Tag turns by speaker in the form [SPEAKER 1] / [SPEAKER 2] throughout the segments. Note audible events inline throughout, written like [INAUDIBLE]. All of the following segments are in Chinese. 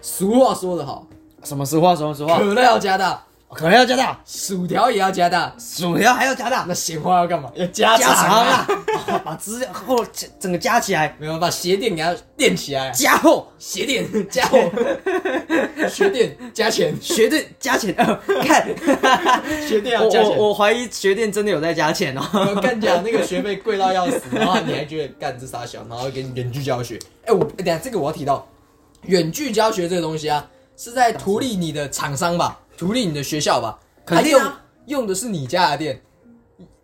[SPEAKER 1] 俗话说得好，
[SPEAKER 2] 什么实话，什么实话，
[SPEAKER 1] 可乐要加大，
[SPEAKER 2] 可能要加大，
[SPEAKER 1] 薯条也要加大，
[SPEAKER 2] 薯条还要加大，
[SPEAKER 1] 那咸花要干嘛？要加
[SPEAKER 2] 加长
[SPEAKER 1] 啊！
[SPEAKER 2] 啊， [LAUGHS] 把资料后整个加起来，
[SPEAKER 1] 没办法，鞋垫给它垫起来，啊
[SPEAKER 2] 加厚，
[SPEAKER 1] 鞋垫 [LAUGHS] 加厚，鞋垫加钱，
[SPEAKER 2] 学店加钱， [LAUGHS] 呃看，
[SPEAKER 1] 鞋垫 [LAUGHS] 要
[SPEAKER 2] 我
[SPEAKER 1] 加钱。
[SPEAKER 2] 我我怀疑学店真的有在加钱哦。
[SPEAKER 1] [LAUGHS] 我干讲那个学费贵到要死，然后你还觉得干这傻小，然后给你远距教学。哎、我等一下这个我要提到，远距教学这个东西啊，是在图利你的厂商吧，图利你的学校吧，
[SPEAKER 2] 肯定啊
[SPEAKER 1] 用用的是你家的电，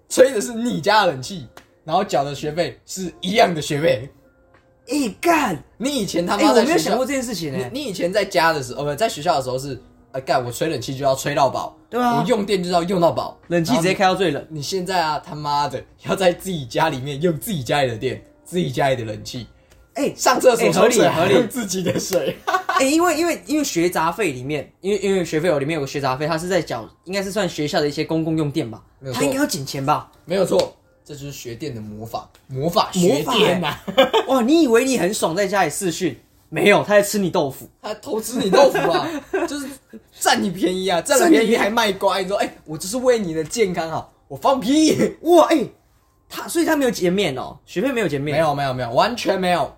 [SPEAKER 1] 吹的是你家的冷气，然后缴的学费是一样的学费。
[SPEAKER 2] 哎干，
[SPEAKER 1] 你以前他
[SPEAKER 2] 哎
[SPEAKER 1] 妈
[SPEAKER 2] 我
[SPEAKER 1] 在
[SPEAKER 2] 没有
[SPEAKER 1] 学
[SPEAKER 2] 想
[SPEAKER 1] 校，
[SPEAKER 2] 过这件事情
[SPEAKER 1] 你
[SPEAKER 2] 哎，
[SPEAKER 1] 你以前在家的时候，呃，不在学校的时候是，呃，干我吹冷气就要吹到饱，
[SPEAKER 2] 对啊
[SPEAKER 1] 我用电就是要用到饱，
[SPEAKER 2] 冷气直接开到最冷，
[SPEAKER 1] 你现在啊，他妈的要在自己家里面用自己家里的电、自己家里的冷气，
[SPEAKER 2] 哎
[SPEAKER 1] 上厕所
[SPEAKER 2] 哎合理
[SPEAKER 1] 冲水还
[SPEAKER 2] 合理
[SPEAKER 1] 用自己的水，
[SPEAKER 2] 哎，因为因为因为学杂费里面，因为因为学费有里面有个学杂费，它是在缴，应该是算学校的一些公共用电吧
[SPEAKER 1] 没有，错
[SPEAKER 2] 它应该要减钱吧？
[SPEAKER 1] [LAUGHS] 没有错，这就是学电的魔法，魔法
[SPEAKER 2] 魔
[SPEAKER 1] 学啊
[SPEAKER 2] 法欸
[SPEAKER 1] 电呐、
[SPEAKER 2] 哇，你以为你很爽在家里试训？没有，他在吃你豆腐。
[SPEAKER 1] 他偷吃你豆腐啊， [LAUGHS] 就是占你便宜啊，占了
[SPEAKER 2] 占你
[SPEAKER 1] 便宜
[SPEAKER 2] 便宜
[SPEAKER 1] 还卖乖，你说哎、我这是为你的健康好，我放屁，
[SPEAKER 2] 哇，哎、他所以他没有减免哦，学 [LAUGHS] 费没有减免，
[SPEAKER 1] 没有没有没有，完全没有，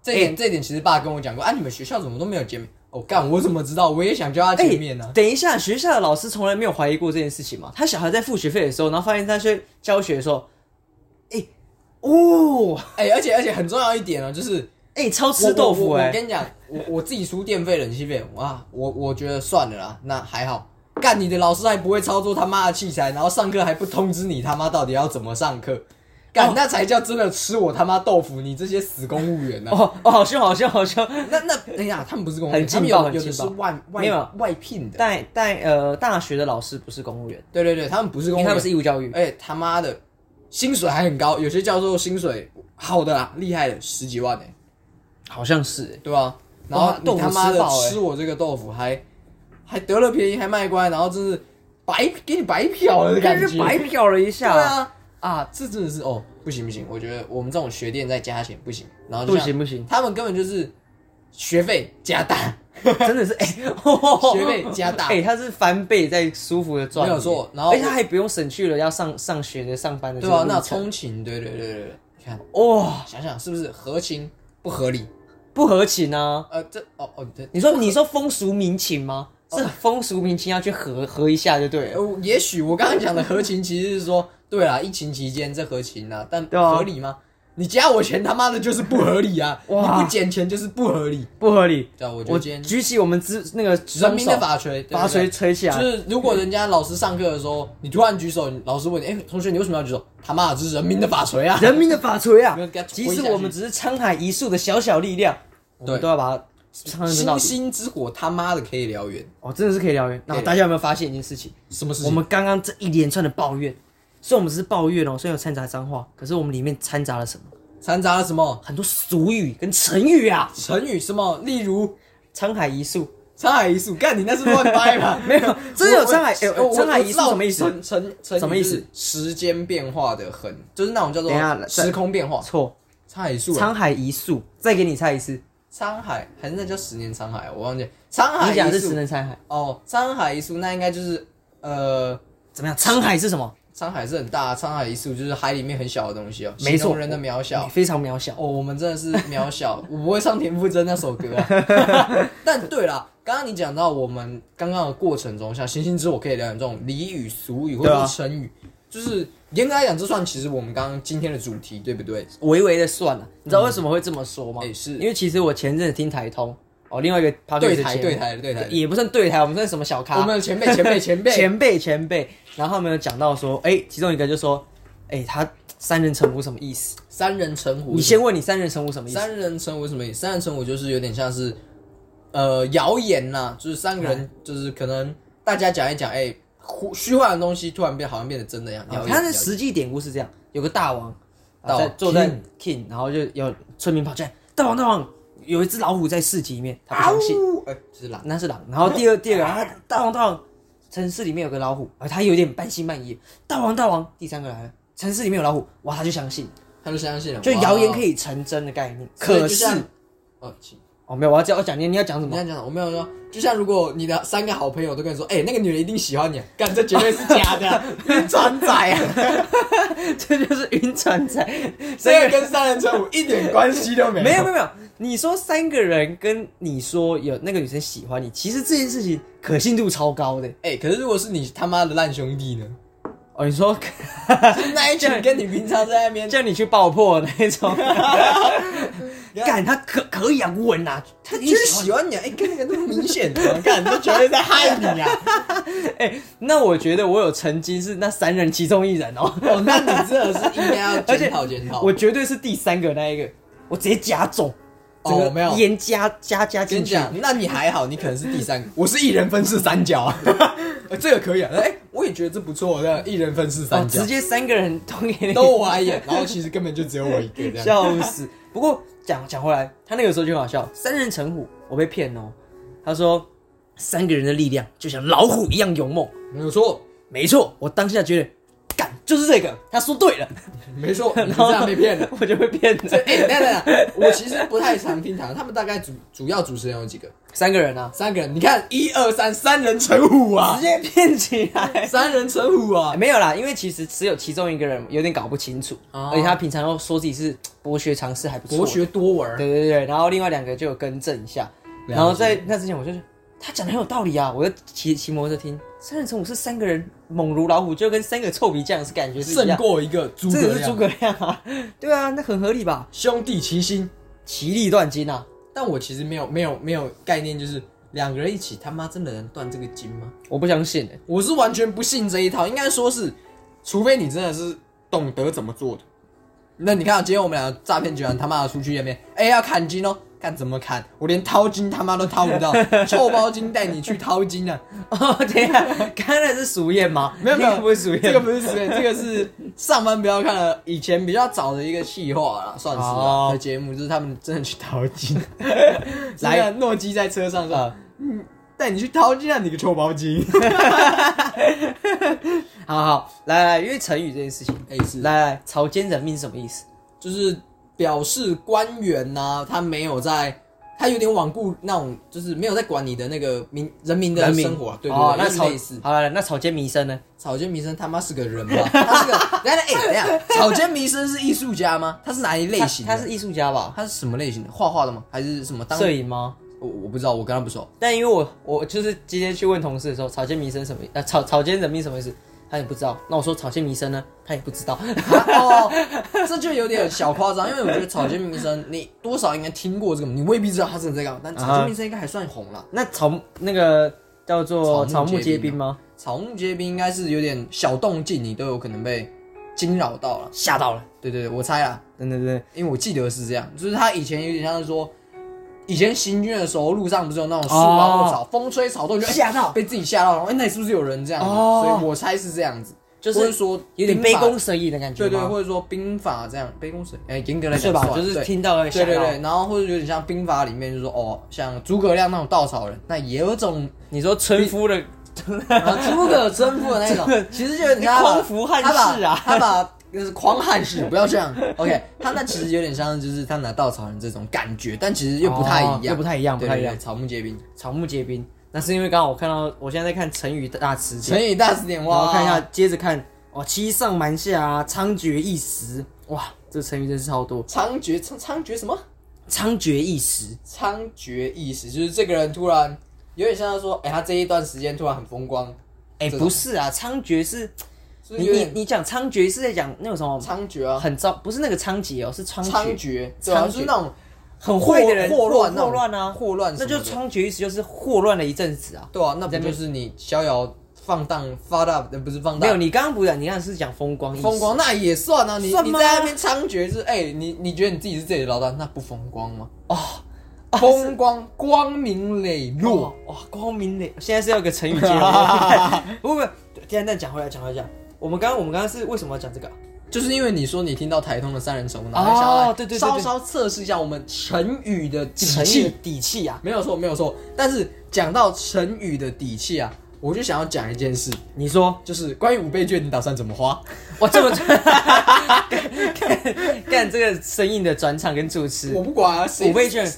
[SPEAKER 1] 这一点、
[SPEAKER 2] 哎
[SPEAKER 1] 这一点其实爸跟我讲过啊，你们学校怎么都没有减免？哦，干，我怎么知道？我也想叫他啊
[SPEAKER 2] 哎、
[SPEAKER 1] 减免呢、
[SPEAKER 2] 等一下，学校的老师从来没有怀疑过这件事情嘛？他小孩在付学费的时候，然后发现他去教学的时候，哎、哦，
[SPEAKER 1] 哎、而且而且很重要一点哦，就是
[SPEAKER 2] 哎、超吃豆腐
[SPEAKER 1] 我我
[SPEAKER 2] 哎、
[SPEAKER 1] 我跟你讲，我我自己出电费、冷气费，哇，我我觉得算了啦，那还好。干你的老师还不会操作他妈的器材，然后上课还不通知你他妈到底要怎么上课，干、
[SPEAKER 2] 哦
[SPEAKER 1] 那才叫真的吃我他妈豆腐！你这些死公务员呐、啊！
[SPEAKER 2] 哦哦，好凶好凶好凶！
[SPEAKER 1] 那那哎呀，他们不是公务员，
[SPEAKER 2] 很
[SPEAKER 1] 他
[SPEAKER 2] 劲
[SPEAKER 1] 们
[SPEAKER 2] 爆
[SPEAKER 1] 有
[SPEAKER 2] 很
[SPEAKER 1] 有的
[SPEAKER 2] 劲
[SPEAKER 1] 是
[SPEAKER 2] 爆
[SPEAKER 1] 外
[SPEAKER 2] 没
[SPEAKER 1] 外
[SPEAKER 2] 有
[SPEAKER 1] 外聘的，
[SPEAKER 2] 但但呃，大学的老师不是公务员，
[SPEAKER 1] 对对对，他们不是
[SPEAKER 2] 因
[SPEAKER 1] 公务
[SPEAKER 2] 为
[SPEAKER 1] 员，
[SPEAKER 2] 他们是义务教育。
[SPEAKER 1] 而且他妈的薪水还很高，有些教授薪水好的啦，厉害的十几万呢、
[SPEAKER 2] 好像是、哎
[SPEAKER 1] 对啊，然后
[SPEAKER 2] 哇
[SPEAKER 1] 你他妈的
[SPEAKER 2] 豆腐吃爆欸
[SPEAKER 1] 吃我这个豆腐还还得了便宜还卖乖，然后真是白给你白嫖了的感
[SPEAKER 2] 但
[SPEAKER 1] 觉，
[SPEAKER 2] 是白嫖了一下，
[SPEAKER 1] 对啊啊，这真的是哦不行不行，我觉得我们这种学店再加钱不行，然后就
[SPEAKER 2] 不
[SPEAKER 1] 像
[SPEAKER 2] 行不行，
[SPEAKER 1] 他们根本就是学费加大，
[SPEAKER 2] 真的是哎，
[SPEAKER 1] 学费加大
[SPEAKER 2] 哎，他是翻倍在舒服的赚，
[SPEAKER 1] 没有错然后
[SPEAKER 2] 而且他还不用省去了要上上学的上班的这
[SPEAKER 1] 对
[SPEAKER 2] 个
[SPEAKER 1] 啊，
[SPEAKER 2] 路
[SPEAKER 1] 那
[SPEAKER 2] 程
[SPEAKER 1] 通勤，对对对对对，你看
[SPEAKER 2] 哇
[SPEAKER 1] 想想是不是合情不合理？
[SPEAKER 2] 不合情啊！
[SPEAKER 1] 呃，这哦哦对，
[SPEAKER 2] 你说你说风俗民情吗？是风俗民情要去合合一下就对了。
[SPEAKER 1] 哦呃，也许我刚刚讲的合情其实是说，对啦，疫情期间这合情啦，但
[SPEAKER 2] 对啊
[SPEAKER 1] 合理吗？你加我钱他妈的就是不合理啊！你
[SPEAKER 2] 哇
[SPEAKER 1] 不减钱就是不合理。
[SPEAKER 2] 不合理。
[SPEAKER 1] 对啊，我觉
[SPEAKER 2] 我
[SPEAKER 1] 得今天
[SPEAKER 2] 举起我们之那个
[SPEAKER 1] 人民的
[SPEAKER 2] 法
[SPEAKER 1] 法锤，对
[SPEAKER 2] 法锤
[SPEAKER 1] 对
[SPEAKER 2] 锤起
[SPEAKER 1] 就
[SPEAKER 2] 来，
[SPEAKER 1] 是如果人家老师上课的时候，你突然举手，老师问你，哎、同学你为什么要举手？他妈的，这是人民的法锤啊！
[SPEAKER 2] 人民的法锤啊
[SPEAKER 1] 没有给他！推
[SPEAKER 2] 即
[SPEAKER 1] 下去
[SPEAKER 2] 使我们只是沧海一粟的小小力量，我们
[SPEAKER 1] 对
[SPEAKER 2] 都要把它苍生
[SPEAKER 1] 星
[SPEAKER 2] 到底。
[SPEAKER 1] 星之火他妈的可以燎原，
[SPEAKER 2] 哦，真的是可以燎原。那
[SPEAKER 1] 可以
[SPEAKER 2] 大家有没有发现一件事情？
[SPEAKER 1] 什么事
[SPEAKER 2] 我
[SPEAKER 1] 情？
[SPEAKER 2] 们刚刚这一连串的抱怨，虽然我们只是抱怨哦，虽然有掺杂脏话，可是我们里面掺杂了什么？
[SPEAKER 1] 掺杂了什么
[SPEAKER 2] 很多俗语跟成语啊，
[SPEAKER 1] 成语？什么？例如
[SPEAKER 2] 沧海一粟。
[SPEAKER 1] 沧海一粟，干你那是乱掰吧？
[SPEAKER 2] [LAUGHS] 没有真的有沧海哎
[SPEAKER 1] 我我
[SPEAKER 2] 沧海一
[SPEAKER 1] 我知
[SPEAKER 2] 粟
[SPEAKER 1] 道
[SPEAKER 2] 什么意思
[SPEAKER 1] 成成成
[SPEAKER 2] 什么意思？
[SPEAKER 1] 时间变化的很，就是那种叫做
[SPEAKER 2] 等一下
[SPEAKER 1] 时空变化。
[SPEAKER 2] 错，
[SPEAKER 1] 沧海一粟啊，
[SPEAKER 2] 沧海一粟。再给你猜一次，
[SPEAKER 1] 沧海还是那叫十年沧海啊，我忘记了。沧海
[SPEAKER 2] 你讲
[SPEAKER 1] 一
[SPEAKER 2] 的是十
[SPEAKER 1] 粟
[SPEAKER 2] 能沧海，
[SPEAKER 1] 哦，沧海一粟那应该就是呃，
[SPEAKER 2] 怎么样？沧海是什么？
[SPEAKER 1] 沧海是很大，沧海一粟就是海里面很小的东西哦，
[SPEAKER 2] 没
[SPEAKER 1] 形
[SPEAKER 2] 错
[SPEAKER 1] 容人的渺小。
[SPEAKER 2] 非常渺小。
[SPEAKER 1] 哦，我们真
[SPEAKER 2] [LAUGHS]
[SPEAKER 1] 的是渺小，我不会唱田馥甄那首歌啊。但对啦，刚刚你讲到我们刚刚的过程中，像星星之火可以聊点这种俚语、俗语或
[SPEAKER 2] 对啊
[SPEAKER 1] 者是成语，就是严格来讲，这算其实我们刚刚今天的主题，对不对？
[SPEAKER 2] 微微的算了，你知道为什么会这么说吗？
[SPEAKER 1] 哎是
[SPEAKER 2] 因为其实我前阵子听台通哦，另外一个 podcast
[SPEAKER 1] 对台
[SPEAKER 2] 节目
[SPEAKER 1] 对台对台
[SPEAKER 2] 也不算对台，我们算什么小咖？
[SPEAKER 1] 我们的前
[SPEAKER 2] [LAUGHS]
[SPEAKER 1] 辈、前辈、前辈，
[SPEAKER 2] 前辈前辈，然后他们有讲到说，哎、其中一个就说，哎、他三人成虎什么意思？
[SPEAKER 1] [LAUGHS] 三人成虎。
[SPEAKER 2] 你先问你三人成虎什么意思？
[SPEAKER 1] 三人成虎什么意思？三人成虎就是有点像是，呃，谣言呐、就是三个
[SPEAKER 2] 哎
[SPEAKER 1] 人，就是可能大家讲一讲，哎、胡虚幻的东西突然变好像变得真的一样。
[SPEAKER 2] 啊
[SPEAKER 1] 谣言
[SPEAKER 2] 他的
[SPEAKER 1] 谣言
[SPEAKER 2] 实际典故是这样，有个大王，啊
[SPEAKER 1] 大王
[SPEAKER 2] 在坐在
[SPEAKER 1] King
[SPEAKER 2] king，然后就有村民跑进来，大王大王，有一只老虎在市集里面，他不相信，
[SPEAKER 1] 呜哎、是啦，
[SPEAKER 2] 啊那是狼。然后第二第二个，他大王大王，城市里面有个老虎，啊，他有点半信半疑。大王大王，第三个来了，城市里面有老虎，哇，他就相信，
[SPEAKER 1] 他就相信了，
[SPEAKER 2] 就
[SPEAKER 1] 哇
[SPEAKER 2] 谣言可以成真的概念。
[SPEAKER 1] 所以就
[SPEAKER 2] 可
[SPEAKER 1] 是像，哦，请
[SPEAKER 2] 哦，没有，我要讲，我讲你，你要讲什
[SPEAKER 1] 你 [LAUGHS]
[SPEAKER 2] 么
[SPEAKER 1] 这？样讲，我没有说，就像如果你的三个好朋友都跟你说，哎、那个女的一定喜欢你，干这绝对是假的，晕 [LAUGHS] 船仔啊，
[SPEAKER 2] [LAUGHS] 这就是晕船仔。
[SPEAKER 1] 这个跟三人成虎一点关系都没有。
[SPEAKER 2] 没有没有没有，你说三个人跟你说有那个女生喜欢你，其实这件事情可信度超高的。
[SPEAKER 1] 哎、可是如果是你他妈的烂兄弟呢？
[SPEAKER 2] 哦，你说
[SPEAKER 1] 那一群跟你平常在那 [LAUGHS] 边，
[SPEAKER 2] 叫你去爆破那一种，
[SPEAKER 1] 你看
[SPEAKER 2] 干他可可以啊，稳啊，
[SPEAKER 1] 他
[SPEAKER 2] 他
[SPEAKER 1] 就是喜欢你啊，哎、跟那个那么明显的， [LAUGHS] 干这绝对在害你 [LAUGHS] 啊！
[SPEAKER 2] 哎、那我觉得我有曾经是那三人其中一人哦，
[SPEAKER 1] 哦，那你真的是应该要
[SPEAKER 2] 而且
[SPEAKER 1] 检讨检讨。
[SPEAKER 2] 我绝对是第三个那一个，我直接加重，
[SPEAKER 1] 哦
[SPEAKER 2] 整个
[SPEAKER 1] 没有
[SPEAKER 2] 盐加加加
[SPEAKER 1] 跟
[SPEAKER 2] 进
[SPEAKER 1] 你
[SPEAKER 2] 去。哦
[SPEAKER 1] 讲，那你还好，你可能是第三个， [LAUGHS] 我是一人分饰三角 [LAUGHS] 啊，呃这个可以啊。哎、我也觉得这不错，这样一人分饰
[SPEAKER 2] 哦，
[SPEAKER 1] 三角，
[SPEAKER 2] 直接三个人都给你
[SPEAKER 1] 都我来演，然后其实根本就只有我一个 [LAUGHS] 这样。
[SPEAKER 2] 笑死。不过讲讲回来，他那个时候就很好笑，三人成虎，我被骗哦。他说三个人的力量就像老虎一样勇猛，
[SPEAKER 1] 没有错，
[SPEAKER 2] 没错，我当下觉得干就是这个，他说对了，
[SPEAKER 1] 没 [LAUGHS] 错，
[SPEAKER 2] [LAUGHS]
[SPEAKER 1] 你这样被骗了。
[SPEAKER 2] 我就被骗
[SPEAKER 1] 这
[SPEAKER 2] 了。
[SPEAKER 1] 哎、等一下等等，我其实不太常听他们，他们大概主主要主持人有几个？
[SPEAKER 2] 三个人啊，
[SPEAKER 1] 三个人。你看，一二三，三人成虎啊
[SPEAKER 2] 直，接骗起来。
[SPEAKER 1] 三人成虎啊。
[SPEAKER 2] 没有啦，因为其实只有其中一个人有点搞不清楚，
[SPEAKER 1] 哦
[SPEAKER 2] 而且他平常又说自己是博学常识还不错，
[SPEAKER 1] 博学多闻儿，
[SPEAKER 2] 对对对，然后另外两个就有更正一下，
[SPEAKER 1] 了解
[SPEAKER 2] 然后在那之前我就是他讲的很有道理啊，我就骑骑摩托车听，三人成虎是三个人猛如老虎，就跟三个臭皮匠是感觉是一
[SPEAKER 1] 胜
[SPEAKER 2] 样，
[SPEAKER 1] 过一个诸
[SPEAKER 2] 这
[SPEAKER 1] 葛
[SPEAKER 2] 个是诸
[SPEAKER 1] 亮，
[SPEAKER 2] 葛亮啊，对啊，那很合理吧？
[SPEAKER 1] 兄弟齐心。
[SPEAKER 2] 其利断金啊，
[SPEAKER 1] 但我其实没有没有没有概念，就是两个人一起他妈真的能断这个筋吗？
[SPEAKER 2] 我不相信、
[SPEAKER 1] [LAUGHS]
[SPEAKER 2] 欸，
[SPEAKER 1] 我是完全不信这一套，应该说是，除非你真的是懂得怎么做的。那你看啊，今天我们两个诈骗集团他妈的出去见面，哎、要砍筋哦，看怎么砍？我连掏筋他妈都掏
[SPEAKER 2] [LAUGHS]
[SPEAKER 1] 不到，臭包筋带你去掏筋啊！
[SPEAKER 2] 哦，等一下， [LAUGHS] 刚才那是俗谚吗？
[SPEAKER 1] 没有没有
[SPEAKER 2] 那个不是俗谚，
[SPEAKER 1] 这个不是实验，这个是上班不要看了，以前比较早的一个企划啦，算是
[SPEAKER 2] 哦
[SPEAKER 1] 啊的节目，就是他们真的去淘
[SPEAKER 2] [LAUGHS]
[SPEAKER 1] 金，
[SPEAKER 2] 来
[SPEAKER 1] 来诺基在车上说，嗯，带你去淘金啊，你个臭包 [LAUGHS] 金，
[SPEAKER 2] 好好来来，因为成语这件事情，
[SPEAKER 1] 哎是，
[SPEAKER 2] 来来，草菅人命是什么意思？
[SPEAKER 1] 就是表示官员呐、他没有在。他有点罔顾那种，就是没有在管你的那个民人民的
[SPEAKER 2] 人民
[SPEAKER 1] 生活啊，对对
[SPEAKER 2] 哦
[SPEAKER 1] 对，，
[SPEAKER 2] 那
[SPEAKER 1] 就是
[SPEAKER 2] 草
[SPEAKER 1] 类似
[SPEAKER 2] 好了，那草菅迷生呢？
[SPEAKER 1] 草间弥生他妈是个人吧？他 [LAUGHS] 是个，等一下哎，等一下，草间弥生是艺术家吗？他是哪一类
[SPEAKER 2] 他
[SPEAKER 1] 型的？
[SPEAKER 2] 他是艺术家吧？
[SPEAKER 1] 他是什么类型的？画画的吗？还是什么当？
[SPEAKER 2] 摄影吗？
[SPEAKER 1] 我我不知道，我跟他不熟。
[SPEAKER 2] 但因为我我就是今天去问同事的时候，草菅民生什么意呃草草菅人命什么意思？他也不知道。那我说草菅民生呢，他也不知道。
[SPEAKER 1] [LAUGHS]
[SPEAKER 2] [LAUGHS]
[SPEAKER 1] [LAUGHS] 哦，这就有点小夸张，因为我觉得草间弥生，你多少应该听过这个，你未必知道他真的在干嘛。 [LAUGHS] 但草间弥生应该还算红了。
[SPEAKER 2] 那草那个叫
[SPEAKER 1] 草
[SPEAKER 2] 做草
[SPEAKER 1] 木
[SPEAKER 2] 木
[SPEAKER 1] 皆
[SPEAKER 2] 皆
[SPEAKER 1] 兵
[SPEAKER 2] 兵吗？
[SPEAKER 1] 草木皆兵应该是有点小动静，你都有可能被惊扰到了。
[SPEAKER 2] 吓到了，
[SPEAKER 1] 对对对，我猜啊，
[SPEAKER 2] 真的真的。
[SPEAKER 1] 因为我记得是这样，就是他以前有点像是说，以前行军的时候，路上不是有那种树啊
[SPEAKER 2] 哦
[SPEAKER 1] 或草，风吹草动，你就
[SPEAKER 2] 吓到
[SPEAKER 1] 被自己吓到，然后哎，那里是不是有人这样子？
[SPEAKER 2] 哦
[SPEAKER 1] 所以我猜是这样子，
[SPEAKER 2] 就是
[SPEAKER 1] 或者说
[SPEAKER 2] 有点
[SPEAKER 1] 兵
[SPEAKER 2] 杯
[SPEAKER 1] 法
[SPEAKER 2] 弓蛇影的感觉
[SPEAKER 1] 对
[SPEAKER 2] 吗，
[SPEAKER 1] 对，或者说兵法这样，杯弓蛇，哎，严格来
[SPEAKER 2] 是
[SPEAKER 1] 讲
[SPEAKER 2] 吧？
[SPEAKER 1] 算
[SPEAKER 2] 就是
[SPEAKER 1] 对
[SPEAKER 2] 听到了
[SPEAKER 1] 对
[SPEAKER 2] 吓
[SPEAKER 1] 对
[SPEAKER 2] 到
[SPEAKER 1] 对，。然后或者有点像兵法里面，就是说哦，像诸葛亮那种稻草人，那也有种
[SPEAKER 2] 你说村夫的，
[SPEAKER 1] 啊诸葛征夫的那
[SPEAKER 2] [LAUGHS] 这
[SPEAKER 1] 种，其实就有点像
[SPEAKER 2] 匡扶汉室啊
[SPEAKER 1] 他把他把就是狂汉室，不要这
[SPEAKER 2] [LAUGHS]
[SPEAKER 1] 样。OK，他那其实有点像就是他拿稻草人这种感觉，但其实又不太
[SPEAKER 2] 哦
[SPEAKER 1] 一
[SPEAKER 2] 又
[SPEAKER 1] 样，
[SPEAKER 2] 不太一样，不
[SPEAKER 1] 对
[SPEAKER 2] 太
[SPEAKER 1] 对
[SPEAKER 2] 一
[SPEAKER 1] 对，
[SPEAKER 2] 样。
[SPEAKER 1] 草木皆兵。
[SPEAKER 2] 草木皆兵，那是因为刚好我看到，我现在在看成语大词典
[SPEAKER 1] 成，语大词典
[SPEAKER 2] 然
[SPEAKER 1] 哇，
[SPEAKER 2] 后看一下，接着看哦，欺上瞒下啊，猖獗一时，哇，这成语真是超多。
[SPEAKER 1] 猖獗猖猖獗什么？
[SPEAKER 2] 猖獗一时，
[SPEAKER 1] 猖獗意识，就是这个人突然有点像他说，哎、他这一段时间突然很风光，
[SPEAKER 2] 哎、
[SPEAKER 1] 这种
[SPEAKER 2] 不是啊，猖獗是，
[SPEAKER 1] 就是
[SPEAKER 2] 你
[SPEAKER 1] 有
[SPEAKER 2] 你
[SPEAKER 1] 点
[SPEAKER 2] 你讲猖獗是在讲那种什么
[SPEAKER 1] 猖獗啊，
[SPEAKER 2] 很糟，不是那个猖獗哦，是猖
[SPEAKER 1] 猖
[SPEAKER 2] 獗，
[SPEAKER 1] 獗，对啊，
[SPEAKER 2] 猖獗
[SPEAKER 1] 就是那种
[SPEAKER 2] 很坏的人，
[SPEAKER 1] 祸乱那种
[SPEAKER 2] 祸乱啊，
[SPEAKER 1] 祸乱什
[SPEAKER 2] 那
[SPEAKER 1] 么的，
[SPEAKER 2] 就猖獗一时就是祸乱了一阵子啊。
[SPEAKER 1] 对啊，那不就是你逍遥放荡发大，呃不是放
[SPEAKER 2] 没
[SPEAKER 1] 大
[SPEAKER 2] 有，，你刚刚不是讲，你刚刚是讲风光一时
[SPEAKER 1] 风光那也算啊，你
[SPEAKER 2] 算
[SPEAKER 1] 你
[SPEAKER 2] 吗
[SPEAKER 1] 在那边猖獗是，哎、你你觉得你自己是这里的老大，那不风光吗？哦，风光光明磊落
[SPEAKER 2] 哇，哇，光明磊，现在是要有个成语接吗不不，现在讲回来，讲回来讲，我们刚刚我们刚刚是为什么要讲这个啊？
[SPEAKER 1] 就是因为你说你听到台通的三人成，然后
[SPEAKER 2] 哦
[SPEAKER 1] 想要来
[SPEAKER 2] 对对对对
[SPEAKER 1] 稍稍测试一下我们成语的底
[SPEAKER 2] 成语的
[SPEAKER 1] 气，
[SPEAKER 2] 底气啊！
[SPEAKER 1] 没有错没有错。但是讲到成语的底气啊，我就想要讲一件事，
[SPEAKER 2] 你说，
[SPEAKER 1] 就是关于五倍券，你打算怎么花？
[SPEAKER 2] 哇，这么干干这个生硬的转场跟主持，
[SPEAKER 1] 我不管啊，谁
[SPEAKER 2] 五倍券，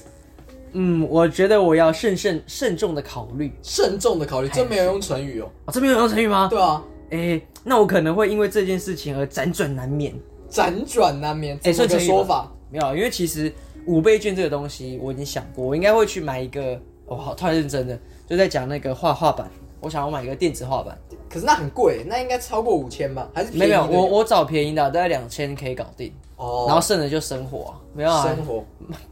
[SPEAKER 2] 嗯，我觉得我要慎慎慎重的考虑。
[SPEAKER 1] 慎重的考虑，真没有用成语哦。
[SPEAKER 2] 哦，这边有用成语吗？
[SPEAKER 1] [LAUGHS] 对啊，
[SPEAKER 2] 哎、那我可能会因为这件事情而辗转难眠。
[SPEAKER 1] 辗转难眠，
[SPEAKER 2] 哎
[SPEAKER 1] 这
[SPEAKER 2] 算
[SPEAKER 1] 个
[SPEAKER 2] 成语吧
[SPEAKER 1] 说法，
[SPEAKER 2] 没有，啊因为其实五倍券这个东西我已经想过，我应该会去买一个。哦，好，太认真了，就在讲那个画画板，我想要买一个电
[SPEAKER 1] [LAUGHS]
[SPEAKER 2] 子画板。
[SPEAKER 1] 可是那很贵，那应该超过五千吧？还是
[SPEAKER 2] 没有，
[SPEAKER 1] 便宜的
[SPEAKER 2] 没有，我我找便宜的，大概两千可以搞定，然
[SPEAKER 1] 哦，
[SPEAKER 2] 后剩的就生活啊，没有啊，
[SPEAKER 1] 生活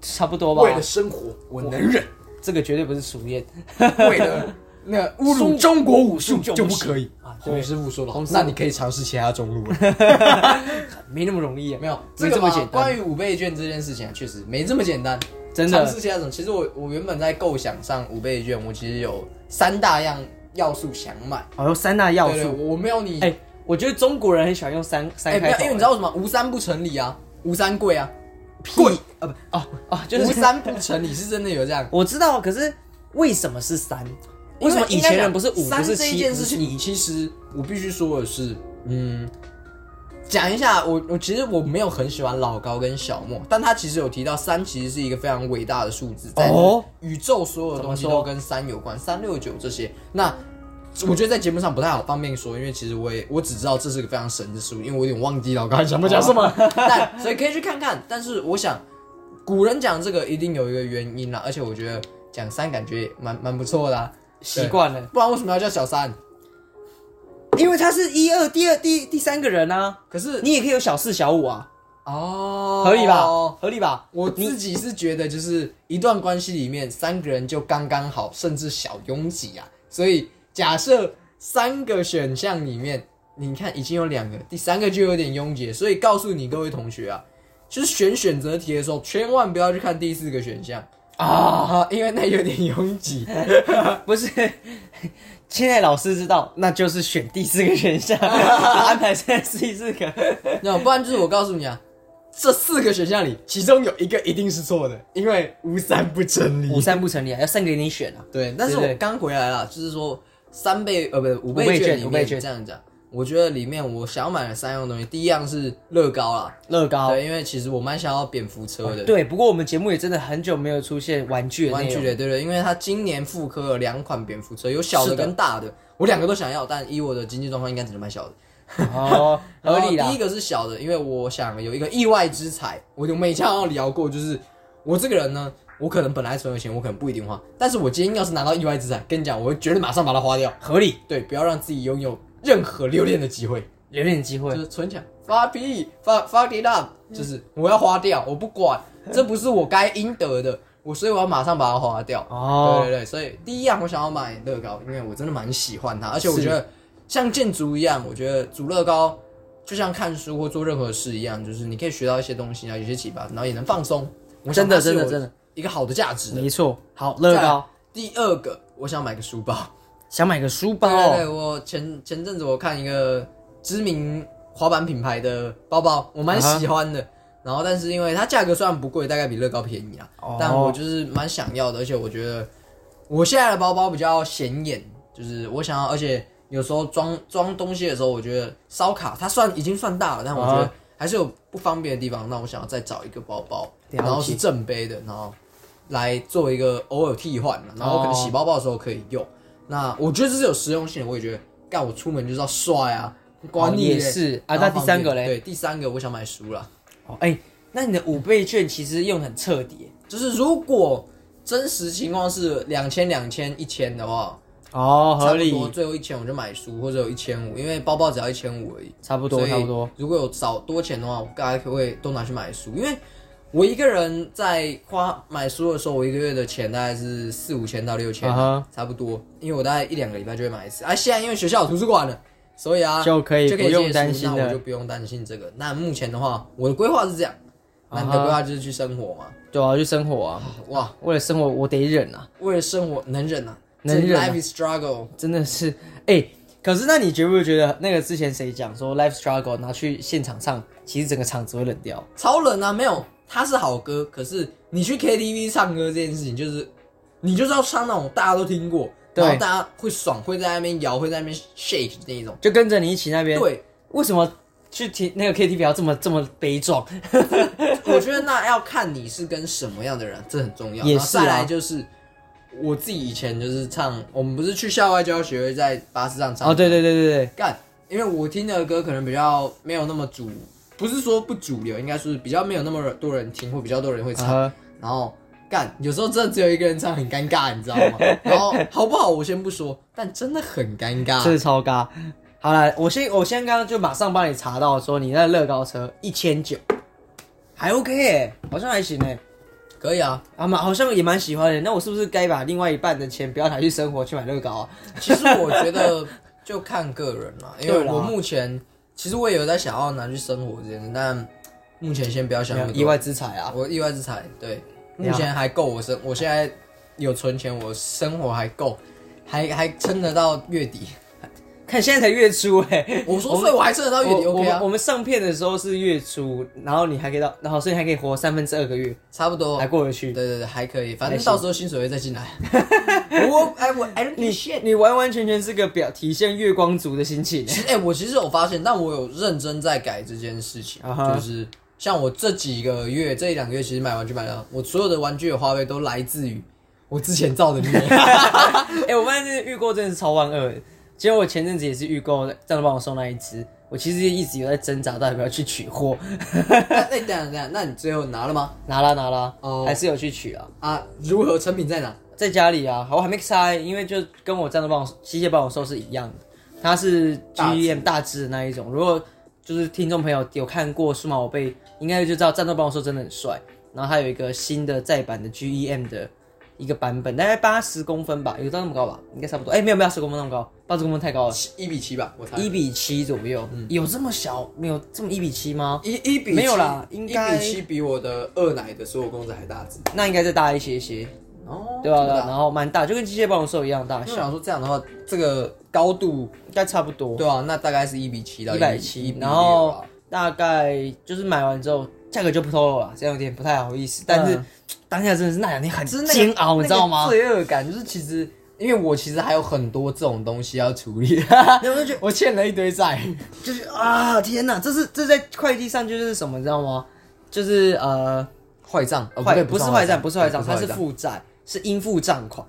[SPEAKER 2] 差不多吧。
[SPEAKER 1] 为了生活，我能忍； [LAUGHS]
[SPEAKER 2] 这个绝对不是熟宴，
[SPEAKER 1] 为了那侮辱中国武术就不可以
[SPEAKER 2] 啊对
[SPEAKER 1] 洪师傅说了
[SPEAKER 2] 洪师，傅
[SPEAKER 1] 那你可以尝试其他中路了。
[SPEAKER 2] 没那么容易啊，
[SPEAKER 1] [LAUGHS] 没有
[SPEAKER 2] 没
[SPEAKER 1] [LAUGHS] 这
[SPEAKER 2] 这
[SPEAKER 1] 个
[SPEAKER 2] 么
[SPEAKER 1] 嘛
[SPEAKER 2] 简单，
[SPEAKER 1] 关于五倍券这件事情啊，确实没这么简单。
[SPEAKER 2] 真
[SPEAKER 1] 尝
[SPEAKER 2] 的
[SPEAKER 1] 试其他种，其实我我原本在构想上五倍券，我其实有三大样要素想买。
[SPEAKER 2] 好像三大要
[SPEAKER 1] 对对
[SPEAKER 2] 素。
[SPEAKER 1] 我没有你
[SPEAKER 2] 哎、我觉得中国人很喜欢用三
[SPEAKER 1] 哎，
[SPEAKER 2] 三
[SPEAKER 1] 不要
[SPEAKER 2] 开，
[SPEAKER 1] 因为你知
[SPEAKER 2] 道
[SPEAKER 1] 道为什么无三不成理啊，无三贵啊，
[SPEAKER 2] 贵啊不哦哦，就
[SPEAKER 1] 无
[SPEAKER 2] 是。
[SPEAKER 1] 三不成理是真的有这样
[SPEAKER 2] 我知道，可是为什么是三？为什么以
[SPEAKER 1] 因应该
[SPEAKER 2] 前
[SPEAKER 1] 讲
[SPEAKER 2] 人不是五
[SPEAKER 1] 三
[SPEAKER 2] 不是
[SPEAKER 1] 这一
[SPEAKER 2] 七
[SPEAKER 1] 件
[SPEAKER 2] 不
[SPEAKER 1] 事
[SPEAKER 2] 是
[SPEAKER 1] 情，
[SPEAKER 2] 一？
[SPEAKER 1] 你其实我必须说的是，嗯，讲一下我我其实我没有很喜欢老高跟小莫，但他其实有提到三其实是一个非常伟大的数字，在
[SPEAKER 2] 哦
[SPEAKER 1] 宇宙所有的东西
[SPEAKER 2] 怎么说
[SPEAKER 1] 都跟三有关，三六九这些。那我觉得在节目上不太好方便说，因为其实我也我只知道这是个非常神的书，因为我有点忘记老高想不讲什么，但所以可以去看看。但是我想，古人讲这个一定有一个原因啦，而且我觉得讲三感觉也蛮蛮不错的、啊，
[SPEAKER 2] [LAUGHS] 习惯了，
[SPEAKER 1] 不然为什么要叫小三？
[SPEAKER 2] 因为他是一二第二第第三个人啊，
[SPEAKER 1] 可是
[SPEAKER 2] 你也可以有小四小五啊，
[SPEAKER 1] 哦，
[SPEAKER 2] 合理吧？合理吧？
[SPEAKER 1] 我自己是觉得，就是一段关系里面三个人就刚刚好，甚至小拥挤啊。所以假设三个选项里面，你看已经有两个，第三个就有点拥挤了。所以告诉你各位同学啊，就是选选择题的时候，千万不要去看第四个选项啊，因为那有点拥挤。
[SPEAKER 2] 不是， [LAUGHS] 现在老师知道，那就是选第四个
[SPEAKER 1] [LAUGHS]
[SPEAKER 2] 选项，安排现在是第四个。
[SPEAKER 1] 那不然就是我告诉你啊，这四个选项里，其中有一个一定是错的，因为无三不成理。
[SPEAKER 2] 五三不成立啊，要三个给你选啊。
[SPEAKER 1] 对，但是
[SPEAKER 2] 对
[SPEAKER 1] 我
[SPEAKER 2] 对
[SPEAKER 1] 刚回来了，就是说三倍呃，不是五
[SPEAKER 2] 五倍
[SPEAKER 1] 倍
[SPEAKER 2] 券
[SPEAKER 1] 里
[SPEAKER 2] 五倍
[SPEAKER 1] 面
[SPEAKER 2] 券
[SPEAKER 1] 这样讲，我觉得里面我想要买的三样东西，第一样是乐高啦，
[SPEAKER 2] 乐高，
[SPEAKER 1] 对，因为其实我蛮想要蝙蝠车的。
[SPEAKER 2] 哦对，不过我们节目也真的很久没有出现玩具的
[SPEAKER 1] 玩
[SPEAKER 2] 内
[SPEAKER 1] 具
[SPEAKER 2] 容。
[SPEAKER 1] 的，对对，因为它今年复刻了两款蝙蝠车，有小
[SPEAKER 2] 是
[SPEAKER 1] 的
[SPEAKER 2] 的
[SPEAKER 1] 跟大的，我两个都想要，但以我的经济状况，应该只能买小的。 [LAUGHS]
[SPEAKER 2] 哦，合理
[SPEAKER 1] 然后
[SPEAKER 2] 啦
[SPEAKER 1] 第一。个是小的，因为我想有一个意外之财，我就没像聊过，就是我这个人呢，我可能本来存有钱，我可能不一定花，但是我今天要是拿到意外之财，跟你讲，我会绝对马上把它花掉。
[SPEAKER 2] 合理，
[SPEAKER 1] 对，不要让自己拥有任何留恋的机会，
[SPEAKER 2] 留点机会
[SPEAKER 1] 就。是存起来，发脾发发 it up，就是
[SPEAKER 2] 嗯
[SPEAKER 1] 我要花掉，我不
[SPEAKER 2] [LAUGHS]
[SPEAKER 1] 管，这不是我该应得的，我所以我要马上把它花掉。
[SPEAKER 2] 哦
[SPEAKER 1] 对对对，所以第一样我想要买乐高，因为我真的蛮喜欢它，而且我觉得像建筑一样，我觉得组乐高就像看书或做任何事一样，就是你可以学到一些东西啊，有些启发，然后也能放松。我想
[SPEAKER 2] 真的
[SPEAKER 1] 它是
[SPEAKER 2] 真的
[SPEAKER 1] 有
[SPEAKER 2] 真的
[SPEAKER 1] 一个好的价值的。
[SPEAKER 2] 没错，好，乐
[SPEAKER 1] 再来
[SPEAKER 2] 高，
[SPEAKER 1] 第二个，我想买个书包。
[SPEAKER 2] 想买个书包
[SPEAKER 1] 对对
[SPEAKER 2] 哦，
[SPEAKER 1] 对，我前前阵子我看一个知名滑板品牌的包包，我蛮喜欢的。然后，但是因为它价格虽然不贵，大概比乐高便宜啊，
[SPEAKER 2] 哦
[SPEAKER 1] 但我就是蛮想要的。而且我觉得我现在的包包比较显眼，就是我想要，而且有时候装装东西的时候，我觉得烧卡它算已经算大了，但我觉得
[SPEAKER 2] 啊
[SPEAKER 1] 还是有不方便的地方。那我想要再找一个包包，
[SPEAKER 2] 了解
[SPEAKER 1] 然后是正杯的，然后来做一个偶尔替换嘛，然后可能洗包包的
[SPEAKER 2] 哦
[SPEAKER 1] 时候可以用。那我觉得这是有实用性的，我也觉得，干我出门就是要帅啊，管你
[SPEAKER 2] 哦也
[SPEAKER 1] 嘞
[SPEAKER 2] 是啊
[SPEAKER 1] 然后
[SPEAKER 2] 那第三个嘞
[SPEAKER 1] 方便对，第三个我想买书啦，
[SPEAKER 2] 哦哎，那你的五倍券其实用得很彻底
[SPEAKER 1] 就是如果真实情况是两千、两千、一千的话，
[SPEAKER 2] 哦，
[SPEAKER 1] 差不多最后一千我就买书，或者有一千五，因为包包只要一千五而已，
[SPEAKER 2] 差不多
[SPEAKER 1] 所以
[SPEAKER 2] 差不多。
[SPEAKER 1] 如果有少多钱的话，我大概会都拿去买书，因为我一个人在花买书的时候，我一个月的钱大概是四五千到六千、
[SPEAKER 2] 啊哈
[SPEAKER 1] 差不多，因为我大概一两个礼拜就会买一次。啊，现在因为学校有图书馆了，所以啊
[SPEAKER 2] 就可以
[SPEAKER 1] 就可
[SPEAKER 2] 不
[SPEAKER 1] 以
[SPEAKER 2] 用
[SPEAKER 1] 借书
[SPEAKER 2] 担心
[SPEAKER 1] 那
[SPEAKER 2] 了
[SPEAKER 1] 我就不用担心这个。那目前的话，我的规划是这样，那你
[SPEAKER 2] 啊
[SPEAKER 1] 的
[SPEAKER 2] 哈
[SPEAKER 1] 规划就是去生活嘛？
[SPEAKER 2] 对啊，去生活啊，
[SPEAKER 1] 哇，
[SPEAKER 2] 为了生活我得忍啊， [LAUGHS]
[SPEAKER 1] 为了生活能忍啊，
[SPEAKER 2] 能忍啊
[SPEAKER 1] Life is struggle，
[SPEAKER 2] 真的是哎。可是，那你觉不觉得那个之前谁讲说 life struggle 拿去现场唱，其实整个场子会冷掉？
[SPEAKER 1] 超冷啊！没有，它是好歌，可是你去 KTV 唱歌这件事情，就是你就是要唱那种大家都听过，
[SPEAKER 2] 对
[SPEAKER 1] 然后大家会爽，会在那边摇，会在那边 shake 那一种。
[SPEAKER 2] 就跟着你一起那边。，
[SPEAKER 1] 对，
[SPEAKER 2] 为什么去听那个 KTV 要这么这么悲壮？
[SPEAKER 1] 我觉得那要看你是跟什么样的人，这很重要。
[SPEAKER 2] 也
[SPEAKER 1] 然后
[SPEAKER 2] 是啊
[SPEAKER 1] 再来就是我自己以前就是唱，我们不是去校外教学，在巴士上唱。
[SPEAKER 2] 哦，对对对对对，
[SPEAKER 1] 干，因为我听的歌可能比较没有那么主，不是说不主流，应该说是比较没有那么多人听，或比较多人会唱。
[SPEAKER 2] 呃
[SPEAKER 1] 然后干，有时候真的只有一个人唱，很尴尬，你知道
[SPEAKER 2] [LAUGHS]
[SPEAKER 1] 吗？然后好不好我先不说，但真的很尴
[SPEAKER 2] 真
[SPEAKER 1] 尬。
[SPEAKER 2] 的超嘎。好了，我先我先刚刚就马上帮你查到说你那乐高车一千九，还 OK 哎，好像还行哎，
[SPEAKER 1] 可以啊，
[SPEAKER 2] 啊蛮好像也蛮喜欢的。那我是不是该把另外一半的钱不要拿去生活去买乐高啊？
[SPEAKER 1] 其实我觉得就看个人
[SPEAKER 2] [LAUGHS]
[SPEAKER 1] 啦，因
[SPEAKER 2] 对
[SPEAKER 1] 为
[SPEAKER 2] 啦
[SPEAKER 1] 我目前其实我也有在想要拿去生活这件事，但目前先不要想那么多
[SPEAKER 2] 意外之财啊！ [LAUGHS]
[SPEAKER 1] 我意外之财，对，
[SPEAKER 2] 你好
[SPEAKER 1] 目前还够我生，我现在有存钱，我生活还够，还还撑得到月底。
[SPEAKER 2] 看现在才月初哎、
[SPEAKER 1] 我说，所以我还撑得到月底
[SPEAKER 2] 我我
[SPEAKER 1] ，OK
[SPEAKER 2] 们
[SPEAKER 1] 啊
[SPEAKER 2] 我，们上片的时候是月初，然后你还可以到，然后所以你还可以活三分之二个月，
[SPEAKER 1] 差不多
[SPEAKER 2] 还。过得
[SPEAKER 1] 对
[SPEAKER 2] 去。
[SPEAKER 1] 对对，还可以，反
[SPEAKER 2] 还
[SPEAKER 1] 正
[SPEAKER 2] 行
[SPEAKER 1] 到时候薪水会再进来。 [LAUGHS] 我哎我 I don't give a
[SPEAKER 2] 你
[SPEAKER 1] shit。
[SPEAKER 2] 你完完全全是个表体现月光族的心情、 [LAUGHS]
[SPEAKER 1] 其实哎、我其实有发现，但我有认真在改这件事情
[SPEAKER 2] 啊哈
[SPEAKER 1] 就是像我这几个月、这一两个月，其实买玩具买了，我所有的玩具的花费都来自于我之前造的孽。 [LAUGHS]
[SPEAKER 2] 哎、我发现这个预购真的是超万恶的。其实我前阵子也是预购，让他帮我送那一只。我其实一直有在挣扎，到底要不要去取货。
[SPEAKER 1] 那那哎等一下等一下，那你最后拿了吗？
[SPEAKER 2] 拿啦拿啦，
[SPEAKER 1] 哦
[SPEAKER 2] 还是有去取啊，
[SPEAKER 1] 啊，如何成品在哪？
[SPEAKER 2] 在家里啊，我还没拆，因为就跟我战斗帮我机械帮我收是一样的，它是
[SPEAKER 1] 大只
[SPEAKER 2] GM 大只的那一种。如果就是听众朋友有看过数码宝贝，应该就知道战斗帮我收真的很帅。然后它有一个新的再版的 GEM 的一个版本，大概八十公分吧，有到那么高吧？应该差不多。哎、没有没有八十公分那么高，八十公分太高了。嗯
[SPEAKER 1] 一比七吧，我猜。
[SPEAKER 2] 一比七左右，有这么小？没有这么一比七吗？
[SPEAKER 1] 一一比
[SPEAKER 2] 没有啦应该
[SPEAKER 1] 一比七比我的二奶的所有公仔还大只。
[SPEAKER 2] 那应该再大一些些，
[SPEAKER 1] 哦
[SPEAKER 2] 对吧、然后蛮大，就啊跟机械暴龙兽一样大
[SPEAKER 1] 我
[SPEAKER 2] 小，
[SPEAKER 1] 想说这样的话，这个高度
[SPEAKER 2] 应该差不多，
[SPEAKER 1] 对啊，那大概是一比七到
[SPEAKER 2] 一百七
[SPEAKER 1] 1:6。
[SPEAKER 2] 然后
[SPEAKER 1] 吧
[SPEAKER 2] 大概就是买完之后，价格就不透露了，这样有点不太好意思。但是、
[SPEAKER 1] 嗯
[SPEAKER 2] 当下真的是那两天很
[SPEAKER 1] 就是那个
[SPEAKER 2] 煎熬，你知道吗
[SPEAKER 1] 那个？罪恶感就是其实，因为我其实还有很多这种东西要处理， [LAUGHS]
[SPEAKER 2] [LAUGHS] 有没有觉
[SPEAKER 1] 我欠了一堆债。
[SPEAKER 2] 就是啊，天哪，这是这在快递上就是什么，你知道吗？就是呃，
[SPEAKER 1] 坏账，哦不
[SPEAKER 2] 坏
[SPEAKER 1] 对，
[SPEAKER 2] 不是
[SPEAKER 1] 算
[SPEAKER 2] 坏账，不是坏账，
[SPEAKER 1] 对
[SPEAKER 2] 它
[SPEAKER 1] 不
[SPEAKER 2] 是负债，是应付账款。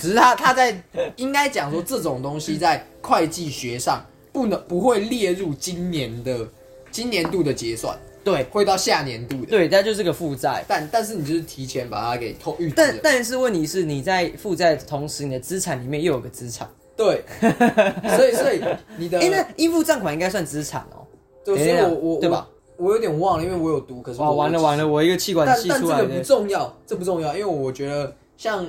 [SPEAKER 1] 只是他他在应该讲说这种东西在会计学上不能不会列入今年的今年度的结算，
[SPEAKER 2] [LAUGHS] 对
[SPEAKER 1] 会到下年度的。
[SPEAKER 2] 对，它就是个负债。
[SPEAKER 1] 但但是你就是提前把它给透预支
[SPEAKER 2] 但
[SPEAKER 1] 了，
[SPEAKER 2] 但是问题是，你在负债的同时，你的资产里面又有个资产。
[SPEAKER 1] 对，
[SPEAKER 2] [LAUGHS]
[SPEAKER 1] 所以所以你的
[SPEAKER 2] 哎、那应付账款应该算资产哦。
[SPEAKER 1] 对，所以
[SPEAKER 2] 等一下
[SPEAKER 1] 我我
[SPEAKER 2] 对吧？
[SPEAKER 1] 我我有点忘了，因为我有读，可是
[SPEAKER 2] 哇，
[SPEAKER 1] 我
[SPEAKER 2] 完了完了，我一个气管
[SPEAKER 1] 但
[SPEAKER 2] 系
[SPEAKER 1] 但
[SPEAKER 2] 出
[SPEAKER 1] 这
[SPEAKER 2] 来
[SPEAKER 1] 个不
[SPEAKER 2] 的。
[SPEAKER 1] 重要，这不重要，因为我觉得像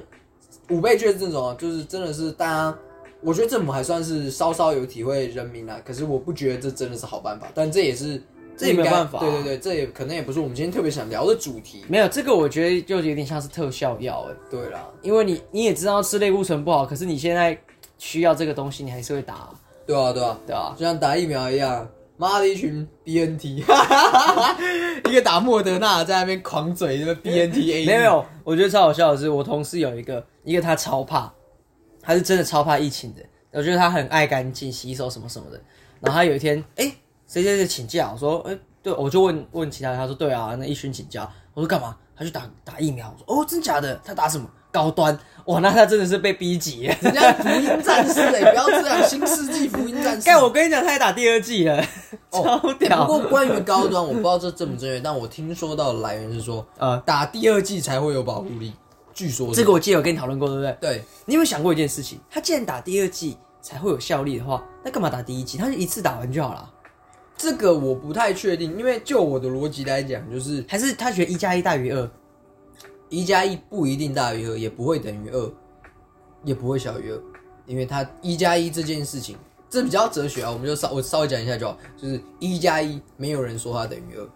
[SPEAKER 1] 五倍券这种啊，就是真的是大家，我觉得政府还算是稍稍有体会人民啊，可是我不觉得这真的是好办法，但这也是
[SPEAKER 2] 这也没
[SPEAKER 1] 应该
[SPEAKER 2] 办法啊
[SPEAKER 1] 对对对，这也可能也不是我们今天特别想聊的主题。
[SPEAKER 2] 没有这个，我觉得就有点像是特效药哎，
[SPEAKER 1] 对啦，
[SPEAKER 2] 因为你你也知道吃类固醇不好，可是你现在需要这个东西，你还是会打，
[SPEAKER 1] 对啊对啊，
[SPEAKER 2] 对吧、
[SPEAKER 1] 就像打疫苗一样。妈的一群 BNT，哈哈哈哈 [LAUGHS] 一个打莫德纳在那边狂嘴，那个 BNT A，E
[SPEAKER 2] 没有没有，我觉得超好笑的是，我同事有一个，一个他超怕，他是真的超怕疫情的。我觉得他很爱干净、洗手什么什么的。然后他有一天，哎、谁谁谁请假，我说，哎、对，我就问问其他人，他说对啊，那一群请假。我说干嘛？他去打打疫苗。我说哦，真假的？他打什么？高端？哇，那他真的是被逼急耶。
[SPEAKER 1] 人家福音战士哎、不要这样，新世纪福音战士。啊
[SPEAKER 2] 干，我跟你讲，他也打第二季了， [LAUGHS] 超屌。
[SPEAKER 1] 哦不过关于高端，我不知道这正不正确，但我听说到的来源是说，
[SPEAKER 2] 呃，
[SPEAKER 1] 打第二季才会有保护力，据说是
[SPEAKER 2] 这个我记得有跟你讨论过，对不对？
[SPEAKER 1] 对，
[SPEAKER 2] 你有没有想过一件事情？他既然打第二季才会有效力的话，那干嘛打第一季？他就一次打完就好了。
[SPEAKER 1] 这个我不太确定，因为就我的逻辑来讲，就是
[SPEAKER 2] 还是他觉得一加一大于二？
[SPEAKER 1] 一加一不一定大于二，也不会等于二，也不会小于二，因为它一加一这件事情，这比较哲学啊，我们就稍我稍微讲一下就好，就是一加一，没有人说它等于二，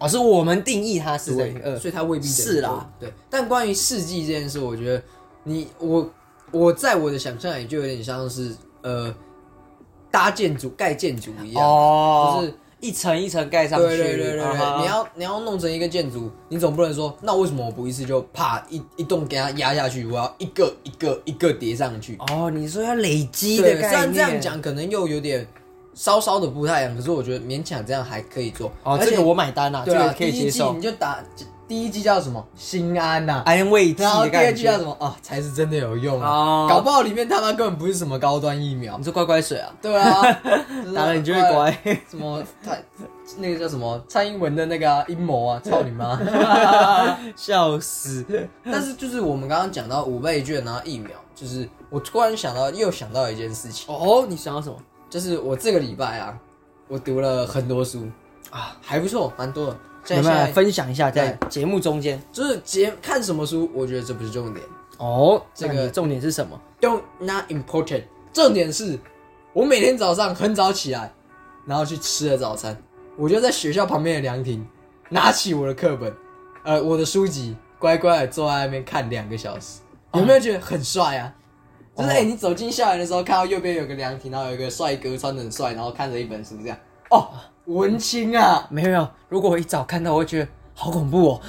[SPEAKER 2] 哦，是我们定义它是等于二。
[SPEAKER 1] 所以它未必等于
[SPEAKER 2] 是啦
[SPEAKER 1] 二。对，但关于世纪这件事，我觉得你我我在我的想象里就有点像是呃搭建筑盖建筑一样，
[SPEAKER 2] 哦，
[SPEAKER 1] 就
[SPEAKER 2] 就是是一层一层盖上去。
[SPEAKER 1] 对对对对对，
[SPEAKER 2] 啊哈
[SPEAKER 1] 你要你要弄成一个建筑，你总不能说那为什么我不一次就啪一一栋给它压下去，我要一个一个一个叠上去。
[SPEAKER 2] 哦，你说要累积的
[SPEAKER 1] 对，
[SPEAKER 2] 概
[SPEAKER 1] 虽
[SPEAKER 2] 念。
[SPEAKER 1] 然这样，讲可能又有点稍稍的不太一样，可是我觉得勉强这样还可以做。
[SPEAKER 2] 哦，
[SPEAKER 1] 而且
[SPEAKER 2] 这个我买单啊，这
[SPEAKER 1] 对
[SPEAKER 2] 个
[SPEAKER 1] 啊，
[SPEAKER 2] 可以
[SPEAKER 1] 第
[SPEAKER 2] 接
[SPEAKER 1] 一季
[SPEAKER 2] 受
[SPEAKER 1] 你。就打第一季叫什么？心安呐、
[SPEAKER 2] 安慰剂
[SPEAKER 1] 然后
[SPEAKER 2] 的
[SPEAKER 1] 第二
[SPEAKER 2] 感
[SPEAKER 1] 季叫
[SPEAKER 2] 觉
[SPEAKER 1] 什。么？哦，才是真的有用啊！
[SPEAKER 2] 哦
[SPEAKER 1] 搞不好里面他妈根本不是什么高端疫苗
[SPEAKER 2] 你。是乖乖水啊，
[SPEAKER 1] 对 [LAUGHS] 啊，就是
[SPEAKER 2] 打了你就会。乖。
[SPEAKER 1] 什么蔡那个叫什么蔡英文的那个啊阴谋啊，操你妈！
[SPEAKER 2] [LAUGHS]
[SPEAKER 1] 啊
[SPEAKER 2] 笑死！
[SPEAKER 1] 但是就是我们刚刚讲到五倍券啊疫苗，就是我突然想到又想到一件事情，
[SPEAKER 2] 哦，你想要什么
[SPEAKER 1] 就是我这个礼拜啊，我读了很多书啊，还不错，蛮多的。
[SPEAKER 2] 有
[SPEAKER 1] 现
[SPEAKER 2] 没有
[SPEAKER 1] 在
[SPEAKER 2] 分享一下在节目中间？
[SPEAKER 1] 就是节看什么书，我觉得这不是重点，
[SPEAKER 2] 哦，
[SPEAKER 1] 这个
[SPEAKER 2] 那你的重点是什么？
[SPEAKER 1] don't not important。重点是，我每天早上很早起来，然后去吃了早餐，我就在学校旁边的凉亭拿起我的课本，呃，我的书籍，乖乖的坐在那边看两个小时，有没有觉得很帅啊？就是
[SPEAKER 2] 哦
[SPEAKER 1] 哎、欸你走进校园的时候，看到右边有个凉亭，然后有一个帅哥穿的很帅，然后看着一本书这样，哦，文青 [LAUGHS] 啊，
[SPEAKER 2] 没有没有，如果我一早看到，我会觉得好恐怖哦！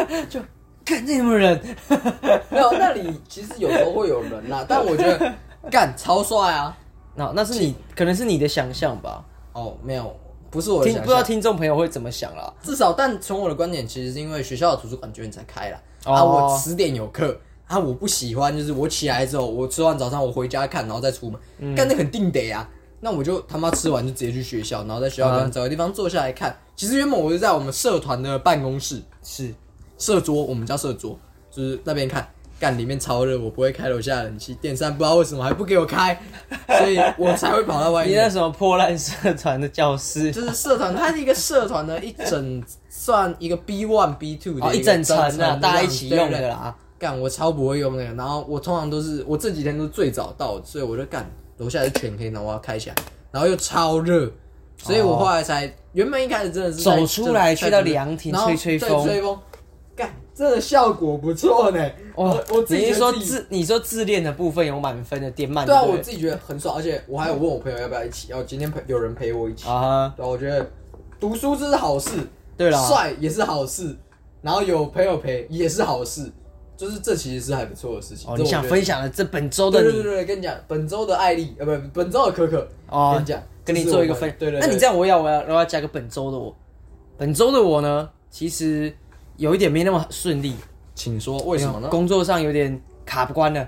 [SPEAKER 2] [LAUGHS] 就看这么人，
[SPEAKER 1] [LAUGHS] 没有，那里其实有时候会有人啦、但我觉 [LAUGHS] 得干超帅啊。
[SPEAKER 2] 那那是你可能是你的想象吧？
[SPEAKER 1] 哦，没有，不是我的
[SPEAKER 2] 听
[SPEAKER 1] 想
[SPEAKER 2] 不知道
[SPEAKER 1] 象
[SPEAKER 2] 听众朋友会怎么想啦？
[SPEAKER 1] 至少，但从我的观点，其实是因为学校的图书馆九点才开啦，
[SPEAKER 2] 哦
[SPEAKER 1] 啊，我十点有课，啊，我不喜欢，就是我起来之后，我吃完早餐，我回家看，然后再出
[SPEAKER 2] 嗯
[SPEAKER 1] 门，干、那肯定得啊。那我就他妈吃完就直接去学校，然后在学校
[SPEAKER 2] 啊
[SPEAKER 1] 可能找个地方坐下来看。其实原本我是在我们社团的办公室，
[SPEAKER 2] 是
[SPEAKER 1] 社桌，我们叫社桌，就是那边看，干里面超热，我不会开楼下的冷气，电扇不知道为什么还不给我开，所以我才会跑到外
[SPEAKER 2] 你
[SPEAKER 1] 面
[SPEAKER 2] 那。什么破烂社团的教师
[SPEAKER 1] [LAUGHS] 就是社团，它是一个社团的一整算一个 B one B two
[SPEAKER 2] 哦，
[SPEAKER 1] 的
[SPEAKER 2] 一
[SPEAKER 1] 个
[SPEAKER 2] 整层
[SPEAKER 1] 这
[SPEAKER 2] 啊，
[SPEAKER 1] 样
[SPEAKER 2] 大家一起用。
[SPEAKER 1] 对
[SPEAKER 2] 的
[SPEAKER 1] 对
[SPEAKER 2] 啦。
[SPEAKER 1] 干，我超不会用那个，然后我通常都是我这几天都最早到，所以我就干楼下是全黑，然后我要开起来，然后又超热，所以我后来才、原本一开始真的是在
[SPEAKER 2] 哦走出
[SPEAKER 1] 在
[SPEAKER 2] 来去到凉亭
[SPEAKER 1] 然后
[SPEAKER 2] 吹吹
[SPEAKER 1] 对
[SPEAKER 2] 风
[SPEAKER 1] 吹风，干真的效果不错呢。
[SPEAKER 2] 哇
[SPEAKER 1] 我我，自己觉
[SPEAKER 2] 哦你是
[SPEAKER 1] 得
[SPEAKER 2] 说
[SPEAKER 1] 自己
[SPEAKER 2] 自你说自恋的部分有满分的点满？
[SPEAKER 1] 对啊，我
[SPEAKER 2] 不
[SPEAKER 1] 自己觉得很爽，而且我还有问我朋友要不要一起，然后今天陪有人陪我一起，
[SPEAKER 2] 啊，
[SPEAKER 1] 对啊，我觉得读书这是好事，
[SPEAKER 2] 对啦
[SPEAKER 1] 帅也是好事，然后有朋友陪也是好事，就是这其实是还不错的事情。
[SPEAKER 2] 哦，
[SPEAKER 1] 这
[SPEAKER 2] 你
[SPEAKER 1] 我
[SPEAKER 2] 想
[SPEAKER 1] 觉得
[SPEAKER 2] 分享的这本周的
[SPEAKER 1] 对对对
[SPEAKER 2] 你
[SPEAKER 1] 对，跟你讲，本周的艾丽，呃，不，本周的可可，
[SPEAKER 2] 哦
[SPEAKER 1] 跟你讲，
[SPEAKER 2] 跟你
[SPEAKER 1] 这是
[SPEAKER 2] 做一个
[SPEAKER 1] 我
[SPEAKER 2] 分
[SPEAKER 1] 们，对对
[SPEAKER 2] 那你这
[SPEAKER 1] 样，
[SPEAKER 2] 样，我要我要我要加个本周的我，本周的我呢，其实有一点没那么顺利，
[SPEAKER 1] 请说为什么呢？
[SPEAKER 2] 工作上有点卡不关了。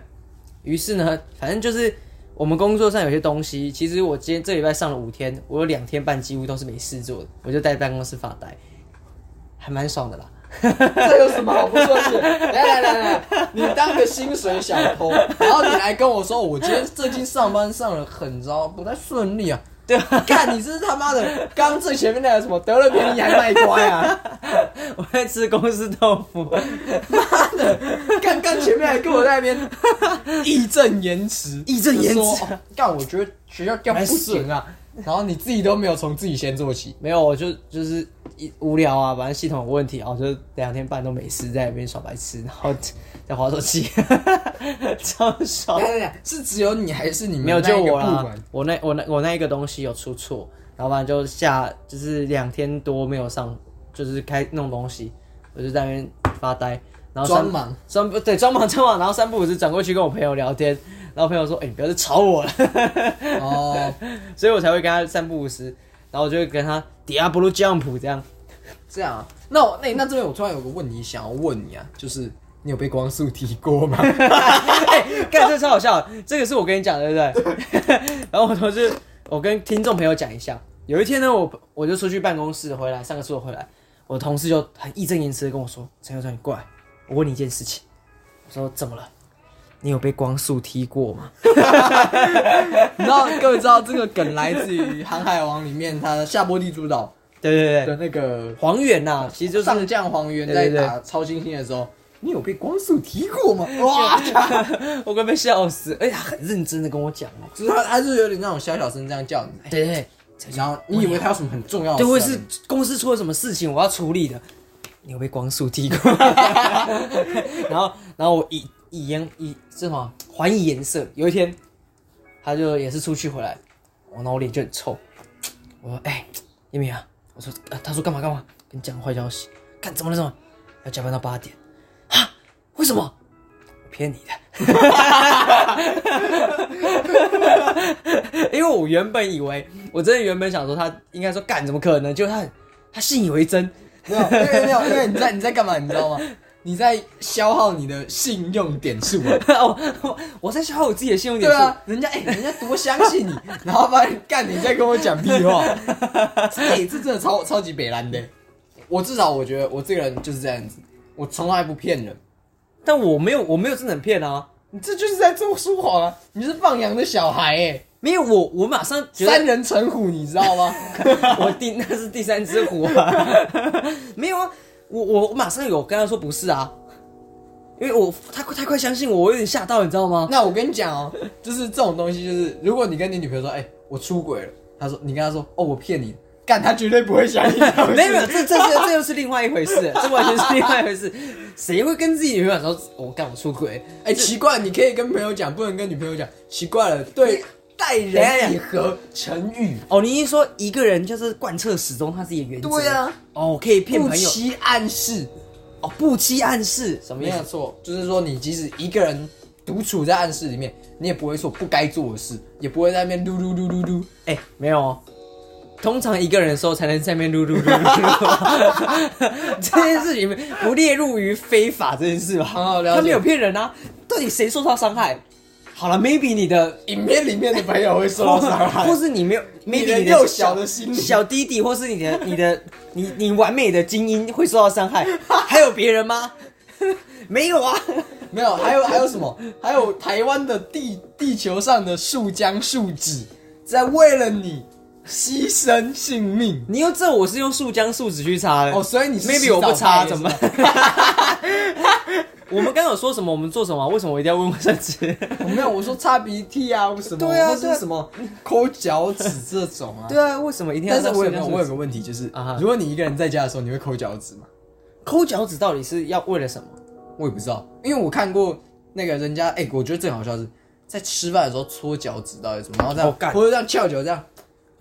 [SPEAKER 2] 于是呢，反正就是我们工作上有些东西，其实我今天这礼拜上了五天，我有两天半几乎都是没事做的，我就待在办公室发呆，还蛮爽的啦。 [LAUGHS]
[SPEAKER 1] 这有什 [LAUGHS] 么好不说的？来来来来，你当个薪水小
[SPEAKER 2] [LAUGHS]
[SPEAKER 1] 偷，然后你来跟我说，我今天最近上班上的很糟，不太顺利啊。
[SPEAKER 2] 对
[SPEAKER 1] 干，你这是他妈的，刚最前面那个什么得了便宜还卖乖啊！
[SPEAKER 2] 我在吃公司豆腐，
[SPEAKER 1] [LAUGHS] 干干前面还跟我在那边 [LAUGHS] 义正言辞，
[SPEAKER 2] 义正言辞
[SPEAKER 1] 就说哦干、我觉得学校这样不行啊。然后你自己都没有从自己先做起，
[SPEAKER 2] 没有，我就就是一无聊啊，反正系统有问题啊，我就两天半都没事，在那边耍白痴，然后 [LAUGHS] 在滑手机， [LAUGHS] 超爽
[SPEAKER 1] 等。等等，是只哦有你还是你们
[SPEAKER 2] 没有就我
[SPEAKER 1] 嗯那一个部
[SPEAKER 2] 啦
[SPEAKER 1] 门？，
[SPEAKER 2] 我那我那我那一个东西有出错，然后反正就下就是两天多没有上，就是开弄东西，我就在那边发呆，然后三
[SPEAKER 1] 装忙
[SPEAKER 2] 三不对装忙装忙，然后三不五时转过去跟我朋友聊天，然后朋友说：“哎、你不要再吵我了。
[SPEAKER 1] 哦，”
[SPEAKER 2] 所以我才会跟他三不五时，然后我就会跟他 Diablo Jump 这样。
[SPEAKER 1] 这样啊。那我那那这边我突然有个问题想要问你啊，就是你有被光速提过吗？
[SPEAKER 2] 哎、 [LAUGHS] 干这超好笑的，这个是我跟你讲的，对不 [LAUGHS] 对？然后我同事，我跟听众朋友讲一下，有一天呢，我我就出去办公室回来，上个厕所回来，我同事就很义正言辞的跟我说：“陈友川，你过来，我问你一件事情。”我说：“怎么了？你有被光速踢过吗
[SPEAKER 1] [LAUGHS] 你知道各位知道这个梗来自于《航海王》里面他夏波地主岛？”
[SPEAKER 2] 对对
[SPEAKER 1] 的
[SPEAKER 2] 对，
[SPEAKER 1] 那个
[SPEAKER 2] 黄远呐、其实
[SPEAKER 1] [LAUGHS]
[SPEAKER 2] 就是
[SPEAKER 1] 上将黄猿在
[SPEAKER 2] 对对对
[SPEAKER 1] 打超新星的时候，你有被光速提过吗？哇！
[SPEAKER 2] 我快被笑死，而且他很认真的跟我讲哦，哎
[SPEAKER 1] 就是他，他是有点那种小小声这样叫你，
[SPEAKER 2] 对对对，
[SPEAKER 1] 然后你以为他有什么很重要的事
[SPEAKER 2] 对，
[SPEAKER 1] 啊，
[SPEAKER 2] 我也是公司出了什么事情，我要处理的。你有被光速踢过？ [LAUGHS] 然后，然后我以以颜以这什么还以颜色。有一天，他就也是出去回来，我那我脸就很臭。我说：“哎、叶明啊，我说，啊、他说干嘛干嘛？跟你讲坏消息，干怎么了怎么了？要加班到八点啊？为什么？我骗你的。” [LAUGHS] 因为我原本以为，我真的原本想说他应该说干，怎么可能？就他他信以为真，
[SPEAKER 1] 没有，因为没有，因为你在你在干嘛，你知
[SPEAKER 2] [LAUGHS]
[SPEAKER 1] 道吗？你在消耗你的信用点数啊！
[SPEAKER 2] [LAUGHS] 我哦我我在消耗我自己的信用点
[SPEAKER 1] 对
[SPEAKER 2] 数。
[SPEAKER 1] 啊，人家哎、人家多相信你，然后发现干你在跟我讲屁
[SPEAKER 2] [LAUGHS]
[SPEAKER 1] 话，哎、这真的超超级北蓝的。我至少我觉得我这个人就是这样子，我从来不骗人。
[SPEAKER 2] 但我没有我没有真的很骗啊，
[SPEAKER 1] 你这就是在做说谎啊！你是放羊的小孩哎、
[SPEAKER 2] 没有我我马上觉得
[SPEAKER 1] 三人成虎，你知道吗？
[SPEAKER 2] [LAUGHS] 我第那是第三只虎啊， [LAUGHS] 没有啊，我我我马上有跟他说不是啊，因为我他他快相信我，我有点吓到，你知
[SPEAKER 1] [LAUGHS]
[SPEAKER 2] 道吗？
[SPEAKER 1] 那我跟你讲哦，就是这种东西，就是如果你跟你女朋友说，哎、我出轨了，她说你跟她说，哦，我骗你，干，她绝对不会相信这种事。
[SPEAKER 2] [LAUGHS] 没有没有，这这这这又是另外一回事，这完全是另外一回事。谁会跟自己女朋友说我干、我出轨？
[SPEAKER 1] 哎、奇怪，你可以跟朋友讲，不能跟女朋友讲。奇怪了，对，待
[SPEAKER 2] 等一下
[SPEAKER 1] 人以和，成语。
[SPEAKER 2] 哦，你一说一个人就是贯彻始终他自己的原则，
[SPEAKER 1] 对啊，
[SPEAKER 2] 哦，可以骗
[SPEAKER 1] 不
[SPEAKER 2] 朋友，
[SPEAKER 1] 欺暗示，
[SPEAKER 2] 哦，不欺暗示什么
[SPEAKER 1] 没
[SPEAKER 2] 意
[SPEAKER 1] 有
[SPEAKER 2] 思？
[SPEAKER 1] 错，就是说你即使一个人独处在暗室里面，你也不会做不该做的事，也不会在那边噜噜噜噜噜。
[SPEAKER 2] 哎、没有哦。通常一个人的时候才能在面撸撸撸撸 [LAUGHS] 撸，这件事情不列入于非法这件事吧？
[SPEAKER 1] 哦了解
[SPEAKER 2] 他没有骗人啊，到底谁受到伤害？好了，maybe 你的
[SPEAKER 1] 影片里面的朋友会受到伤
[SPEAKER 2] [LAUGHS]
[SPEAKER 1] 害，
[SPEAKER 2] 或是你没有
[SPEAKER 1] 你
[SPEAKER 2] ，maybe
[SPEAKER 1] 的
[SPEAKER 2] 你
[SPEAKER 1] 幼小的心灵
[SPEAKER 2] 小弟弟，或是你的你的你你完美的精英会受到
[SPEAKER 1] [LAUGHS]
[SPEAKER 2] 伤害，还有别人吗？没有啊， [LAUGHS]
[SPEAKER 1] 没有，还有还有什么？还有台湾的地地球上的树浆树脂，在为了你牺牲性命。
[SPEAKER 2] 你用这我是用树浆树脂去擦的
[SPEAKER 1] 哦，所以你是
[SPEAKER 2] maybe 我不擦
[SPEAKER 1] 洗澡派的
[SPEAKER 2] 怎
[SPEAKER 1] 是
[SPEAKER 2] 么
[SPEAKER 1] 吧？
[SPEAKER 2] 我们刚刚有说什么？我们做什么啊？为什么我一定要问卫生纸？
[SPEAKER 1] 我哦没有，我说擦鼻涕啊，什么，
[SPEAKER 2] 对啊
[SPEAKER 1] 或
[SPEAKER 2] 对啊
[SPEAKER 1] 是什么抠脚趾这种啊。
[SPEAKER 2] [LAUGHS] 对啊，为什么一定要
[SPEAKER 1] 但
[SPEAKER 2] 在
[SPEAKER 1] 是
[SPEAKER 2] 树
[SPEAKER 1] 我有
[SPEAKER 2] 浆
[SPEAKER 1] 没
[SPEAKER 2] 树
[SPEAKER 1] 有
[SPEAKER 2] 脂？
[SPEAKER 1] 我有个问题，就是、
[SPEAKER 2] 啊哈
[SPEAKER 1] 如果你一个人在家的时候，你会抠脚趾吗？
[SPEAKER 2] 抠脚趾到底是要为了什么？
[SPEAKER 1] 我也不知道，因为我看过那个人家，哎、我觉得最好笑的是在吃饭的时候搓脚趾到底怎么，然后这
[SPEAKER 2] 哦干
[SPEAKER 1] 样，或者这样翘脚这样，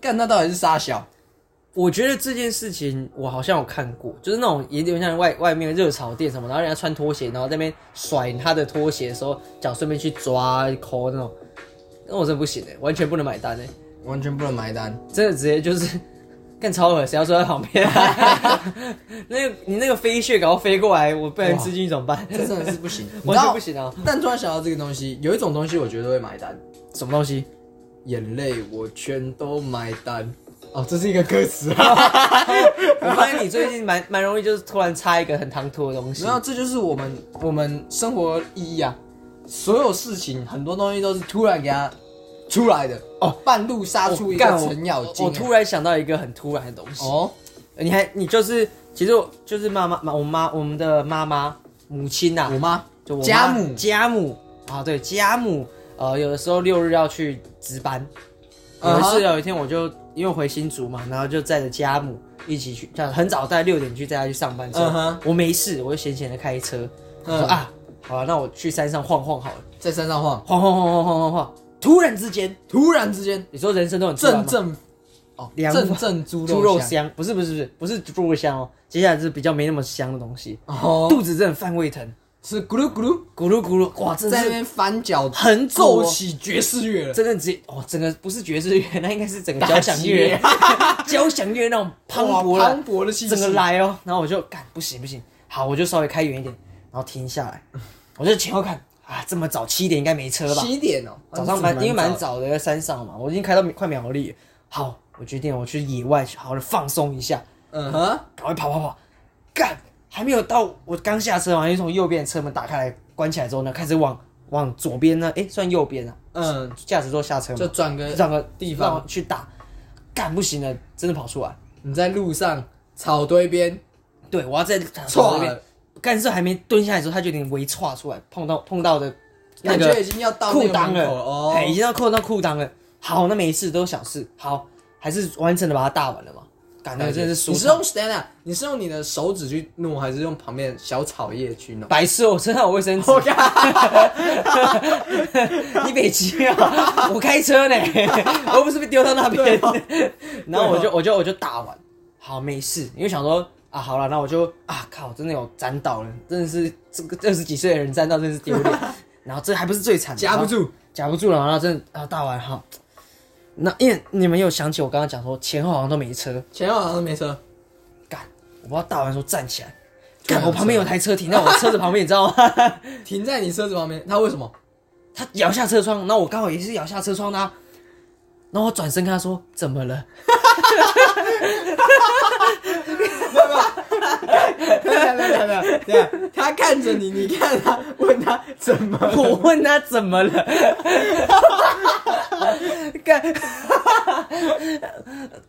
[SPEAKER 1] 干那到底是啥小？
[SPEAKER 2] 我觉得这件事情我好像有看过，就是那种也有点像外外面的热炒店什么，然后人家穿拖鞋，然后在那边甩他的拖鞋的时候，脚顺便去抓抠那种，那我真的不行哎、完全不能买单哎、
[SPEAKER 1] 完全不能埋单。
[SPEAKER 2] 真的直接就是干超恶，谁要坐在
[SPEAKER 1] [LAUGHS]
[SPEAKER 2] 旁边、那个你那个飞屑搞飞过来，我不然吃进去怎么办？，
[SPEAKER 1] 这真的是不行
[SPEAKER 2] [LAUGHS] 完全不行啊
[SPEAKER 1] 你知道但突然想到这个东西，有一种东西我绝对会买单，
[SPEAKER 2] 什么东西？
[SPEAKER 1] 眼泪我全都买单。哦，这是一个歌词 [LAUGHS] 啊。
[SPEAKER 2] 我发现你最近蛮蛮容易，就是突然插一个很唐突的东西
[SPEAKER 1] 然。后这就是我们我们生活意义啊，所有事情很多东西都是突然给它出来的哦，半路杀出一个
[SPEAKER 2] 干我
[SPEAKER 1] 程咬金啊、
[SPEAKER 2] 我哦突然想到一个很突然的东西。
[SPEAKER 1] 哦，
[SPEAKER 2] 你还你就是，其实我就是妈妈妈，我妈我们的妈妈母亲呐、
[SPEAKER 1] 我妈
[SPEAKER 2] 就我妈
[SPEAKER 1] 家母
[SPEAKER 2] 家母啊，对家母，呃，有的时候六日要去值班，有
[SPEAKER 1] 嗯
[SPEAKER 2] 一
[SPEAKER 1] 哼
[SPEAKER 2] 次有一天我就因为回新竹嘛，然后就载着家母一起去，这很早，大概六点去载她去上班之后
[SPEAKER 1] 嗯哼
[SPEAKER 2] 我没事，我就闲闲的开车，我
[SPEAKER 1] 嗯
[SPEAKER 2] 说啊，好了，那我去山上晃晃好了，
[SPEAKER 1] 在山上晃，
[SPEAKER 2] 晃晃晃晃晃晃晃，突然之间，
[SPEAKER 1] 突然之间
[SPEAKER 2] 你说人生都很突然
[SPEAKER 1] 阵
[SPEAKER 2] 吗
[SPEAKER 1] 阵哦，
[SPEAKER 2] 凉
[SPEAKER 1] 阵阵猪
[SPEAKER 2] 猪肉
[SPEAKER 1] 香
[SPEAKER 2] 香，不是不是不是不是猪肉香哦，接下来是比较没那么香的东西，
[SPEAKER 1] 哦，
[SPEAKER 2] 肚子真的犯胃疼，
[SPEAKER 1] 是咕噜咕噜
[SPEAKER 2] 咕噜咕噜，哇，真的
[SPEAKER 1] 在那
[SPEAKER 2] 是
[SPEAKER 1] 边翻脚，
[SPEAKER 2] 很
[SPEAKER 1] 奏
[SPEAKER 2] 皱起，
[SPEAKER 1] 起爵士乐了。
[SPEAKER 2] 真的直接哦，整个不是爵士乐，那应该是整个交响乐，交响乐那种磅礴
[SPEAKER 1] 哇
[SPEAKER 2] 了
[SPEAKER 1] 磅，礴的气势，
[SPEAKER 2] 整个来哦，然后我就干不行不行，好，我就稍微开远一点，然后停下来，我就前后看啊，这么早七点应该没车吧？
[SPEAKER 1] 七点哦，
[SPEAKER 2] 早上蛮因为蛮
[SPEAKER 1] 早，
[SPEAKER 2] 早的，在山上嘛，我已经开到快苗栗了，好，我决定我去野外去好好的放松一下，
[SPEAKER 1] 嗯哼，
[SPEAKER 2] 赶快跑跑跑，干！还没有到我刚下车嘛，就从右边的车门打开来，关起来之后呢，开始往往左边呢，诶，算右边啊，
[SPEAKER 1] 嗯，
[SPEAKER 2] 驾驶座下车嘛，
[SPEAKER 1] 就转个
[SPEAKER 2] 找个
[SPEAKER 1] 地方
[SPEAKER 2] 让我去打，干不行了，真的跑出来，
[SPEAKER 1] 你在路上草堆边，
[SPEAKER 2] 对我要在这
[SPEAKER 1] 错
[SPEAKER 2] 边
[SPEAKER 1] 了，
[SPEAKER 2] 干这还没蹲下来的时候，他就有点微岔出来，碰到碰到的那
[SPEAKER 1] 感
[SPEAKER 2] 个
[SPEAKER 1] 觉已经要到
[SPEAKER 2] 裤
[SPEAKER 1] 那个
[SPEAKER 2] 裆
[SPEAKER 1] 门口
[SPEAKER 2] 了，
[SPEAKER 1] 了哦
[SPEAKER 2] 哎，已，经要扣到裤裆了。好，那没事，都是小事。好，还是完成的把它大完了嘛。感觉真的是舒
[SPEAKER 1] 你是
[SPEAKER 2] 畅
[SPEAKER 1] 用 stand up，你是用你的手指去弄，还是用旁边的小草叶去弄？
[SPEAKER 2] 白痴哦，我身上有卫生纸。 [LAUGHS] 你北极啊！我开车呢，
[SPEAKER 1] [LAUGHS]
[SPEAKER 2] 我又不是被丢到那边。
[SPEAKER 1] 哦
[SPEAKER 2] 然后我就我就我就打完，好没事，因为想说啊，
[SPEAKER 1] [LAUGHS]
[SPEAKER 2] 好了，那我就啊靠，真的有沾到了，真的是这个二十几岁的人沾到真是丢脸。然后这还不是最惨的，
[SPEAKER 1] 夹不住，
[SPEAKER 2] 夹不住了，然后真的啊大完哈。那因为你们有想起我刚刚讲说前后好像都没车，
[SPEAKER 1] 前后好像没车，
[SPEAKER 2] 干，我不知道大完说站起来，
[SPEAKER 1] 就没有
[SPEAKER 2] 干我旁边
[SPEAKER 1] 车
[SPEAKER 2] 有台车停在我车子旁边，你知道吗？
[SPEAKER 1] 停在你车子旁边，他为什
[SPEAKER 2] [LAUGHS]
[SPEAKER 1] 么？
[SPEAKER 2] 他摇下车窗，那我刚好也是摇下车窗的、啊，然后我转身跟他说怎么了？ [LAUGHS]
[SPEAKER 1] 等一下等一下等一下等一下他看着你，你看他，问他怎么了？
[SPEAKER 2] 我问他怎么了， [LAUGHS] 干， [LAUGHS]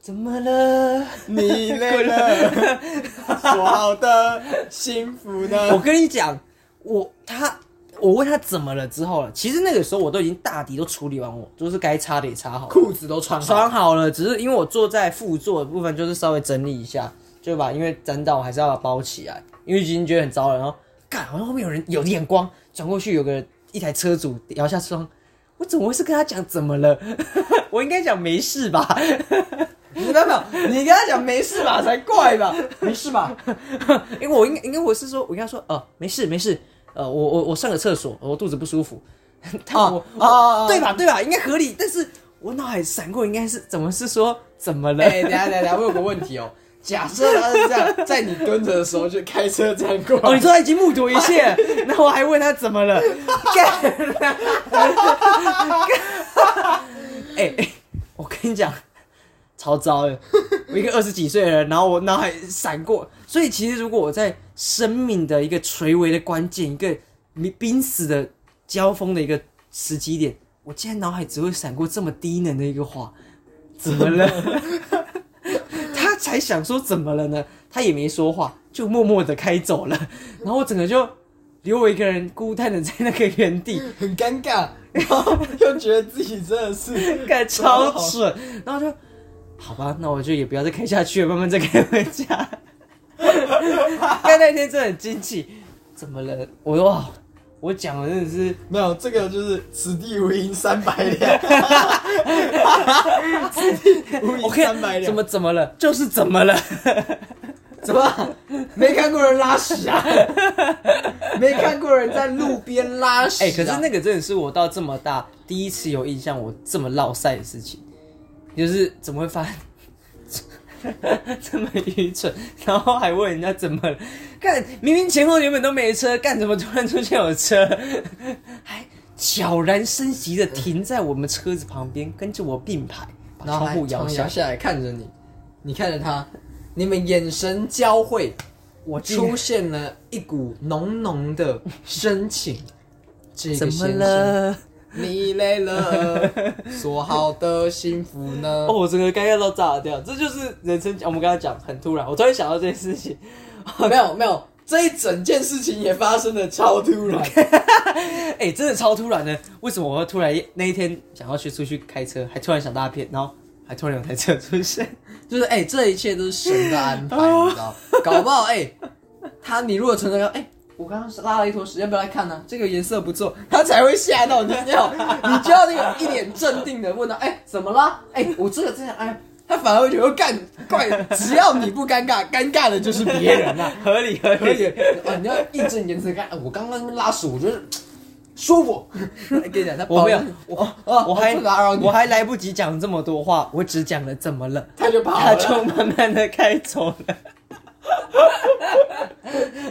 [SPEAKER 2] 怎么了？
[SPEAKER 1] 你累了， [LAUGHS] 说好的幸福
[SPEAKER 2] 我
[SPEAKER 1] 呢？
[SPEAKER 2] 跟你讲，我他我问他怎么了之后了，啊其实那个时候我都已经大抵都处理完我，就是该擦的也擦好了，
[SPEAKER 1] 裤子都穿好，
[SPEAKER 2] 穿好了，只是因为我坐在副座的部分，就是稍微整理一下，就把因为沾到我还是要把它包起来，因为已经觉得很糟了。然后干，好像后面有人有眼光转过去，有个一台车主摇下车窗，我怎么会是跟他讲怎么了？ [LAUGHS] 我应该讲没事吧？
[SPEAKER 1] 没有没有，你跟他讲没事吧才怪吧？没事吧？
[SPEAKER 2] 因为我应该，因为我是说，我跟他说，哦，没事没事，呃，我我我上个厕所，我肚子不舒服。 [LAUGHS] 但我
[SPEAKER 1] [LAUGHS] 哦哦哦
[SPEAKER 2] 对吧对吧，应该合理。但是我脑海闪过，应该是怎么是说怎么了？
[SPEAKER 1] 哎、等一下等一下，我有个问题哦。假设他是这样，在你蹲着的时候就开车这样过来，
[SPEAKER 2] 哦，你说他已经目睹一切，然后我还问他怎么了，干，干哎、哎我跟你讲，超糟的，我一个二十几岁的人，然后我脑海闪过，所以其实如果我在生命的一个垂危的关键，一个你濒死的交锋的一个时机点，我竟然脑海只会闪过这么低能的一个话，怎
[SPEAKER 1] [LAUGHS]
[SPEAKER 2] 么了？他才想说怎么了呢？他也没说话，就默默的开走了。然后我整个就留我一个人孤单的在那个原地，
[SPEAKER 1] 很尴尬，然后又觉得自己真的是
[SPEAKER 2] 感超蠢。然后就好吧，那我就也不要再开下去了，慢慢再开回家。但那天真的很惊奇，怎么了？我说哇，我讲的真的是
[SPEAKER 1] 没有这个就是此地无银三百 [LAUGHS] 两，此地无银
[SPEAKER 2] OK，
[SPEAKER 1] 三百两，
[SPEAKER 2] 怎么怎么了？就是怎么了？
[SPEAKER 1] 怎么没看过人拉屎
[SPEAKER 2] [LAUGHS]
[SPEAKER 1] 啊？没看过人在路边拉屎、啊？
[SPEAKER 2] 哎、可是那个真的是我到这么大第一次有印象，我这么落塞的事情，就是怎么会发生 [LAUGHS] 这么愚蠢，然后还问人家怎么了干，明明前后原本都没车，干怎么突然出现有车， [LAUGHS] 还悄然升级的停在我们车子旁边，跟着我并排，把
[SPEAKER 1] 然后
[SPEAKER 2] 窗
[SPEAKER 1] 还
[SPEAKER 2] 户摇下
[SPEAKER 1] 摇，下来看着你，你看着他，你们眼神交汇，
[SPEAKER 2] 我竟然
[SPEAKER 1] 出现了一股浓浓的深情。这
[SPEAKER 2] 怎
[SPEAKER 1] 个
[SPEAKER 2] 么
[SPEAKER 1] 先生，
[SPEAKER 2] 了？
[SPEAKER 1] 你累
[SPEAKER 2] [LAUGHS]
[SPEAKER 1] 了，说好的幸福呢
[SPEAKER 2] 哦，？ [LAUGHS] 我整个尴尬到炸掉，这就是人生。我们刚才讲很突然，我突然想到这件事情，
[SPEAKER 1] 没有没有，这一整件事情也发生的超突然。
[SPEAKER 2] 哎、真的超突然的。为什么我会突然那一天想要去出去开车，还突然想大便，然后还突然有台车出现？
[SPEAKER 1] 就是哎、这一切都是神的安排，
[SPEAKER 2] 哦
[SPEAKER 1] 你知道？搞不好哎、他你如果存在说哎。我刚刚拉了一坨屎，要不要来看呢、这个颜色不错，他才会吓到你。你要，你就要那个一脸镇定的问他，哎、怎么啦？哎、我这个这样，哎，他反而会觉得干怪，只要你不尴尬，尴尬的就是别人啊。
[SPEAKER 2] [LAUGHS] 合理合
[SPEAKER 1] 可以
[SPEAKER 2] 理。
[SPEAKER 1] 啊，你要义正言辞地看，哎我刚刚拉屎，我觉得舒服。跟你讲，他
[SPEAKER 2] 我没有
[SPEAKER 1] 抱怨，
[SPEAKER 2] 我
[SPEAKER 1] 哦
[SPEAKER 2] 我还
[SPEAKER 1] 我不打扰你
[SPEAKER 2] 我还来不及讲这么多话，我只讲了怎么了，
[SPEAKER 1] 他就跑
[SPEAKER 2] 他
[SPEAKER 1] 了。
[SPEAKER 2] 就慢慢的开走了。 [LAUGHS]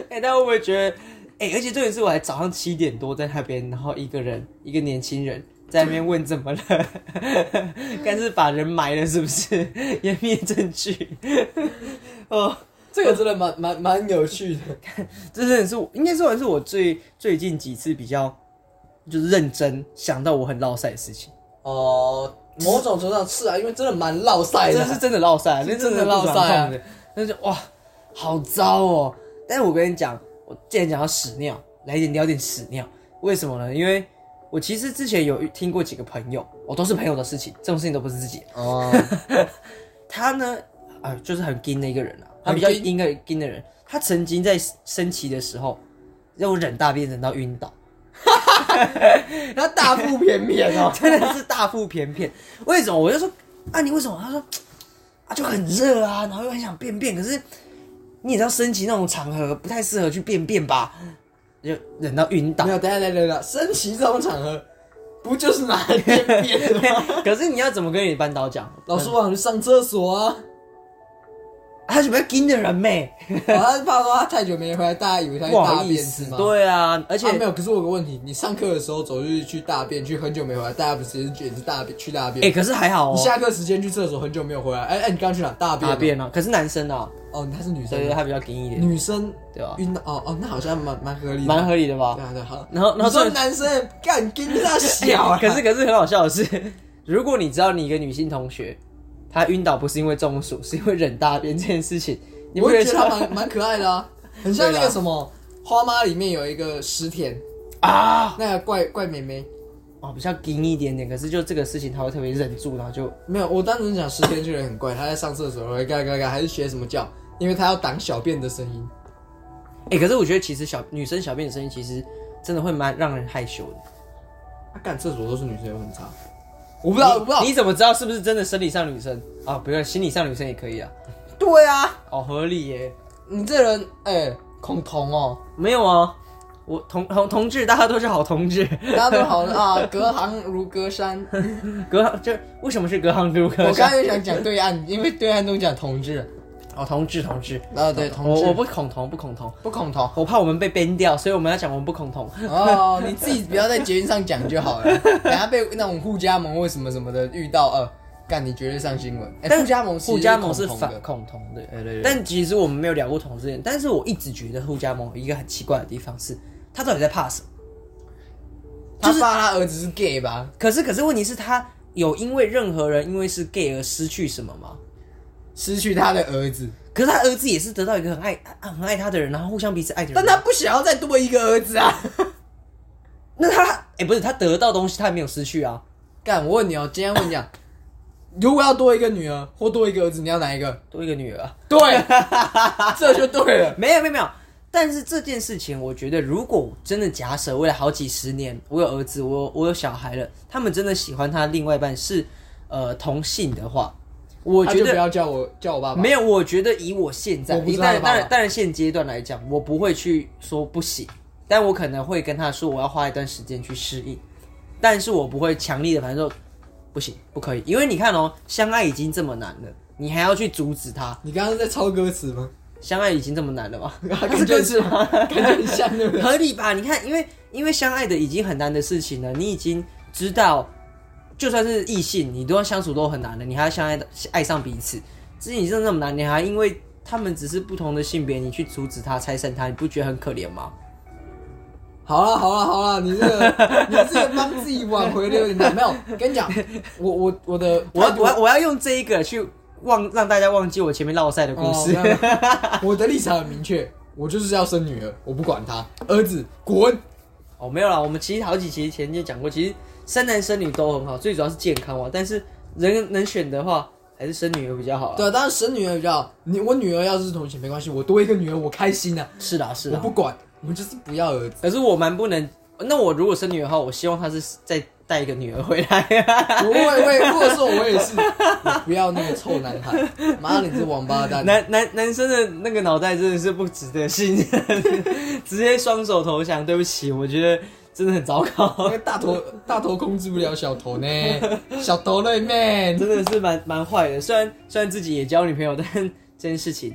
[SPEAKER 2] 哎、大家会不会觉得？哎、而且重点是我还早上七点多在那边，然后一个人，一个年轻人在那边问怎么了， [LAUGHS] 但是把人埋了是不是？ [LAUGHS] 湮灭证据。 [LAUGHS] 哦，
[SPEAKER 1] 这个真的蛮蛮蛮有趣的。
[SPEAKER 2] 这真的是我应该说的是我最最近几次比较就是认真想到我很落塞的事情，
[SPEAKER 1] 哦、某种程度上是啊，因为真的蛮落塞的
[SPEAKER 2] 哎这
[SPEAKER 1] 啊。 [LAUGHS]
[SPEAKER 2] 是真的落塞，
[SPEAKER 1] 是
[SPEAKER 2] 那
[SPEAKER 1] 真的
[SPEAKER 2] 的落
[SPEAKER 1] 落塞啊
[SPEAKER 2] 塞的，那就哇，好糟哦！但是我跟你讲，我既然讲到屎尿，来一点聊点屎尿，为什么呢？因为我其实之前有听过几个朋友，我、都是朋友的事情，这种事情都不是自己的。
[SPEAKER 1] 哦，
[SPEAKER 2] 他呢，啊，就是很硬的一个人啊，他比较
[SPEAKER 1] 很
[SPEAKER 2] 硬的硬的人。他曾经在升旗的时候，让我忍大便忍到晕倒，
[SPEAKER 1] 他大腹便便 [LAUGHS] 哦，
[SPEAKER 2] [LAUGHS] 真的是大腹便便。为什么？我就说啊，你为什么？他说啊，就很热啊，然后又很想便便，可是你也知道升旗那种场合不太适合去便便吧？就忍到晕倒
[SPEAKER 1] 没。有，等一下等一下等一下，升旗这种场合，不就是拿来编编的吗？
[SPEAKER 2] [LAUGHS] 可是你要怎么跟你班导讲？
[SPEAKER 1] [LAUGHS] 老师，我想去上厕所 [LAUGHS] 啊！
[SPEAKER 2] 啊他准备盯着人呗，
[SPEAKER 1] 啊，怕说他太久没回来，大家以为他去
[SPEAKER 2] 不好
[SPEAKER 1] 大
[SPEAKER 2] 意
[SPEAKER 1] 便是
[SPEAKER 2] 思。
[SPEAKER 1] 吗？
[SPEAKER 2] 对啊，而
[SPEAKER 1] 而
[SPEAKER 2] 且
[SPEAKER 1] 没有，可是我有个问题，你上课的时候走出去去大便，去很久没回来，大家不是也是也是大便去大便？
[SPEAKER 2] 哎，可是还好
[SPEAKER 1] 你
[SPEAKER 2] 哦，
[SPEAKER 1] 下课时间去厕所很久没有回来，哎、哎，你刚刚去哪？大便？
[SPEAKER 2] 大？便啊。可是男生啊，
[SPEAKER 1] 哦，她是女
[SPEAKER 2] 对对，
[SPEAKER 1] 生，
[SPEAKER 2] 他比较硬一点，
[SPEAKER 1] 女生
[SPEAKER 2] 对吧？
[SPEAKER 1] 晕哦哦，那好像蛮蛮合理的，
[SPEAKER 2] 蛮合理的吧
[SPEAKER 1] 对？啊对啊好。
[SPEAKER 2] 然后然后
[SPEAKER 1] 你说
[SPEAKER 2] 重点
[SPEAKER 1] 男生干跟他 [LAUGHS] 小啊，
[SPEAKER 2] 哎可是可是很好笑的是， [LAUGHS] 如果你知道你一个女性同学，她晕倒不是因为中暑，是因为忍大便这件事情，你不
[SPEAKER 1] 我也觉得他
[SPEAKER 2] 超
[SPEAKER 1] 蛮蛮可爱的啊，很像那
[SPEAKER 2] 对
[SPEAKER 1] 个
[SPEAKER 2] 啦
[SPEAKER 1] 什么花妈里面有一个石田，
[SPEAKER 2] [LAUGHS] 啊？
[SPEAKER 1] 那个怪怪妹妹。
[SPEAKER 2] 哦，比较硬一点点，可是就这个事情她会特别忍住，然后就
[SPEAKER 1] 没有，我单纯讲石田这个人很怪，他在上厕所的时候嘎嘎嘎，还是学什么叫，因为他要挡小便的声音。
[SPEAKER 2] 哎、可是我觉得其实小女生小便的声音其实真的会蛮让人害羞的。
[SPEAKER 1] 他啊干厕所都是女生，有很差。我不知道，我不知道。
[SPEAKER 2] 你怎么知道是不是真的生理上女生啊？不用，心理上女生也可以啊。
[SPEAKER 1] 对啊，
[SPEAKER 2] 哦，合理耶。
[SPEAKER 1] 你这人哎、恐同哦，
[SPEAKER 2] 没有啊，我同同同志，大家都是好同志。 [LAUGHS]
[SPEAKER 1] 大家都好啊，隔行如隔山。
[SPEAKER 2] 隔行就为什么是隔行如隔
[SPEAKER 1] 我刚
[SPEAKER 2] 山？
[SPEAKER 1] 才就想讲对岸，因为对岸都讲同志
[SPEAKER 2] 哦，同志同志。
[SPEAKER 1] 啊，对同
[SPEAKER 2] [LAUGHS] 我我
[SPEAKER 1] 志
[SPEAKER 2] 不恐同，不恐同，
[SPEAKER 1] 不恐同。
[SPEAKER 2] 我怕我们被编掉，所以我们要讲我们不恐
[SPEAKER 1] [LAUGHS]
[SPEAKER 2] 同。
[SPEAKER 1] 哦，你自己不要在捷运上讲就好了，等下被那种互加盟或什么什么的遇到，呃，干你绝对上新闻。哎、
[SPEAKER 2] 但
[SPEAKER 1] 互加盟其实
[SPEAKER 2] 互加盟是
[SPEAKER 1] 恐同
[SPEAKER 2] 反
[SPEAKER 1] 的，
[SPEAKER 2] 恐同的，
[SPEAKER 1] 对对对
[SPEAKER 2] 但其实我们没有聊过同志恋，但是我一直觉得互加盟有一个很奇怪的地方是，他到底在怕什么？
[SPEAKER 1] 他
[SPEAKER 2] 就是
[SPEAKER 1] 怕他儿子是 gay 吧？
[SPEAKER 2] 可是可是问题是，他有因为任何人因为是 gay 而失去什么吗？
[SPEAKER 1] 失去他的儿子，
[SPEAKER 2] 可是他儿子也是得到一个很爱、啊很爱他的人，然后互相彼此爱的人。
[SPEAKER 1] 但他不想要再多一个儿子啊！
[SPEAKER 2] 那他哎、不是他得到东西，他也没有失去啊。
[SPEAKER 1] [LAUGHS] 干，我问你哦，今天问你啊，如果要多一个女儿或多一个儿子，你要哪一个？
[SPEAKER 2] 多一个女儿、啊，
[SPEAKER 1] 对， [LAUGHS] 这就对了。
[SPEAKER 2] 没有没有没有。但是这件事情，我觉得如果真的假设未来好几十年，我有儿子，我有我有小孩了，他们真的喜欢他另外一半是呃同性的话， [LAUGHS] 我
[SPEAKER 1] 他
[SPEAKER 2] 觉
[SPEAKER 1] 就不
[SPEAKER 2] 得
[SPEAKER 1] 要叫我叫我爸爸，
[SPEAKER 2] [LAUGHS] 没有。我觉得以我现在，
[SPEAKER 1] 我不知道
[SPEAKER 2] 当然
[SPEAKER 1] 他爸爸
[SPEAKER 2] 当然当然现阶段来讲，我不会去说不行，但我可能会跟他说我要花一段时间去适应，但是我不会强力的反正说不行不可以，因为你看哦，相爱已经这么难了，你还要去阻止他，
[SPEAKER 1] 你刚刚是在抄歌词吗？
[SPEAKER 2] 相爱已经这么难了 [LAUGHS] 吧？
[SPEAKER 1] 啊感觉是吗？ [LAUGHS] 感觉很像对不对？
[SPEAKER 2] 合理吧？你看，因为因为相爱的已经很难的事情了，你已经知道，就算是异性，你都要相处都很难了，你还要相爱的爱上彼此，自己真的那么难，你还因为他们只是不同的性别，你去阻止他、拆散他，你不觉得很可怜吗？
[SPEAKER 1] 好了好了好了，你这个你这个帮自己挽回的有点难。没有，跟你讲，我我我的
[SPEAKER 2] 我要
[SPEAKER 1] 态度哦
[SPEAKER 2] 我要我要用这一个去忘让大家忘记我前面落赛的故
[SPEAKER 1] 哦
[SPEAKER 2] 事。
[SPEAKER 1] 没有没有我的立场很明确，我就是要生女儿，我不管她，儿子滚。
[SPEAKER 2] 哦，没有啦，我们其实好几期前就讲过，其实生男生女都很好，最主要是健康嘛。但是人能选的话，还是生女儿比较好啦。
[SPEAKER 1] 对啊，当然生女儿比较好。你我女儿要是同性没关系，我多一个女儿我开心啊，
[SPEAKER 2] 是啦，是
[SPEAKER 1] 我
[SPEAKER 2] 啦。
[SPEAKER 1] 不管，我就是不要儿子。 [LAUGHS]
[SPEAKER 2] 可是我蛮不能，那我如果生女儿的话，我希望她是再带一个女儿回来。
[SPEAKER 1] 我我我也，或者说我也是，我不要那个臭男孩。妈的，你这王八
[SPEAKER 2] [LAUGHS]
[SPEAKER 1] 蛋！
[SPEAKER 2] 男男男生的那个脑袋真的是不值得信任， [LAUGHS] 直接双手投降。对不起，我觉得真的很糟
[SPEAKER 1] 那
[SPEAKER 2] 糕，
[SPEAKER 1] 个大头大头控制不了小头呢，小头嘞，man。
[SPEAKER 2] 真的是蛮蛮坏的。虽然虽然自己也交女朋友，但这件事情，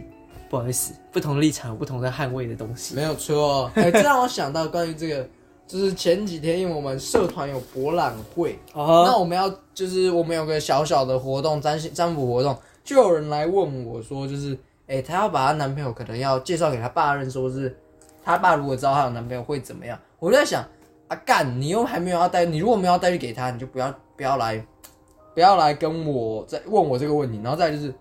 [SPEAKER 2] 不好意思，不同立场有不同的捍卫的东西。
[SPEAKER 1] 没有错，哎、这让我想到关于这个，就是前几天因为我们社团有博览会，
[SPEAKER 2] 哦，
[SPEAKER 1] 那我们要就是我们有个小小的活动，占星占卜活动，就有人来问我说，就是哎、她要把她男朋友可能要介绍给她爸认，说是她爸如果知道她有男朋友会怎么样？我就在想，啊干，你又还没有要带，你如果没有要带去给她，你就不要不要来，不要来跟我再问我这个问题，然后再来就是。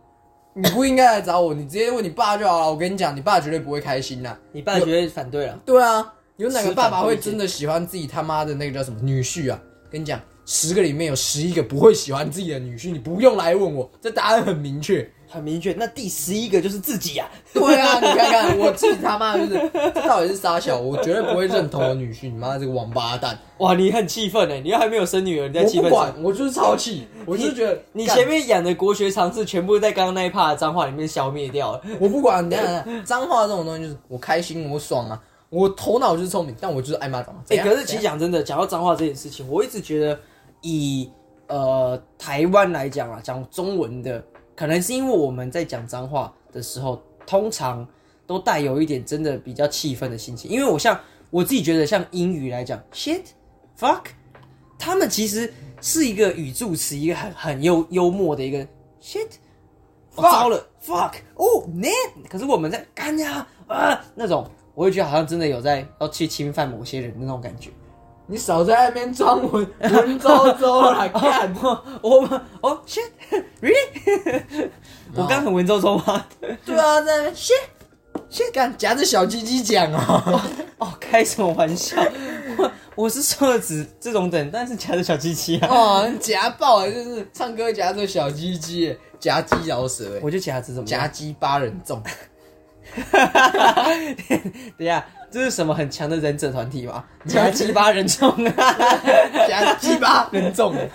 [SPEAKER 1] 你不应该来找我，你直接问你爸就好了。我跟你讲，你爸绝对不会开心的、
[SPEAKER 2] 你爸觉得反对了，
[SPEAKER 1] 对啊，有哪个
[SPEAKER 2] 死
[SPEAKER 1] 爸
[SPEAKER 2] 反
[SPEAKER 1] 爸
[SPEAKER 2] 对
[SPEAKER 1] 会
[SPEAKER 2] 见
[SPEAKER 1] 真的喜欢自己他妈的那个叫什么女婿啊？跟你讲，十个里面有十一个不会喜欢自己的女婿，你不用来问我，这答案很明确。
[SPEAKER 2] 很明确。那第十一个就是自己呀、
[SPEAKER 1] 对 [LAUGHS] 啊，你看看我自己他妈就是，这到底是傻小，我绝对不会认同我女婿，你妈这个王八蛋！
[SPEAKER 2] 哇，你很气愤哎，你又还没有生女儿，你在
[SPEAKER 1] 我
[SPEAKER 2] 气
[SPEAKER 1] 不
[SPEAKER 2] 愤什么？
[SPEAKER 1] 管，我就是超气，我就是觉得
[SPEAKER 2] 你
[SPEAKER 1] 干
[SPEAKER 2] 前面养的国学常识全部在刚刚那一趴的脏话里面消灭掉了。
[SPEAKER 1] 我不管，你看脏话这种东西就是我开心我爽啊，我头脑就是聪明，但我就是爱骂脏话。
[SPEAKER 2] 哎、
[SPEAKER 1] 怎样
[SPEAKER 2] 可是
[SPEAKER 1] 怎
[SPEAKER 2] 其实
[SPEAKER 1] 样
[SPEAKER 2] 讲真的，讲到脏话这件事情，我一直觉得以呃台湾来讲啊，讲中文的，可能是因为我们在讲脏话的时候，通常都带有一点真的比较气愤的心情。因为我像我自己觉得，像英语来讲，shit fuck，他们其实是一个语助词，一个很很幽幽默的一个 shit。
[SPEAKER 1] Fuck
[SPEAKER 2] 哦糟了，fuck，哦，man！可是我们在干呀啊那种，我会觉得好像真的有在要去侵犯某些人的那种感觉。
[SPEAKER 1] 你少在那边装文文绉绉
[SPEAKER 2] [LAUGHS]
[SPEAKER 1] 啦，干！
[SPEAKER 2] 我们哦，shit，really？我刚很文绉绉吗？
[SPEAKER 1] 对啊，在那边 shit shit 干，夹着小鸡鸡讲哦。
[SPEAKER 2] [LAUGHS] 哦，开什么玩笑？我我是说的只这种等，但是夹着小鸡鸡 [LAUGHS] 啊，
[SPEAKER 1] 哦，夹爆欸就是唱歌夹着小鸡鸡欸，夹鸡饶舌欸
[SPEAKER 2] 我就夹着怎么
[SPEAKER 1] 夹
[SPEAKER 2] 夹？
[SPEAKER 1] 鸡八人
[SPEAKER 2] [LAUGHS]
[SPEAKER 1] 众，
[SPEAKER 2] 等一下，这是什么很强的忍者团体吗？夹鸡巴人中啊！
[SPEAKER 1] 夹鸡巴人
[SPEAKER 2] [LAUGHS]
[SPEAKER 1] 众欸。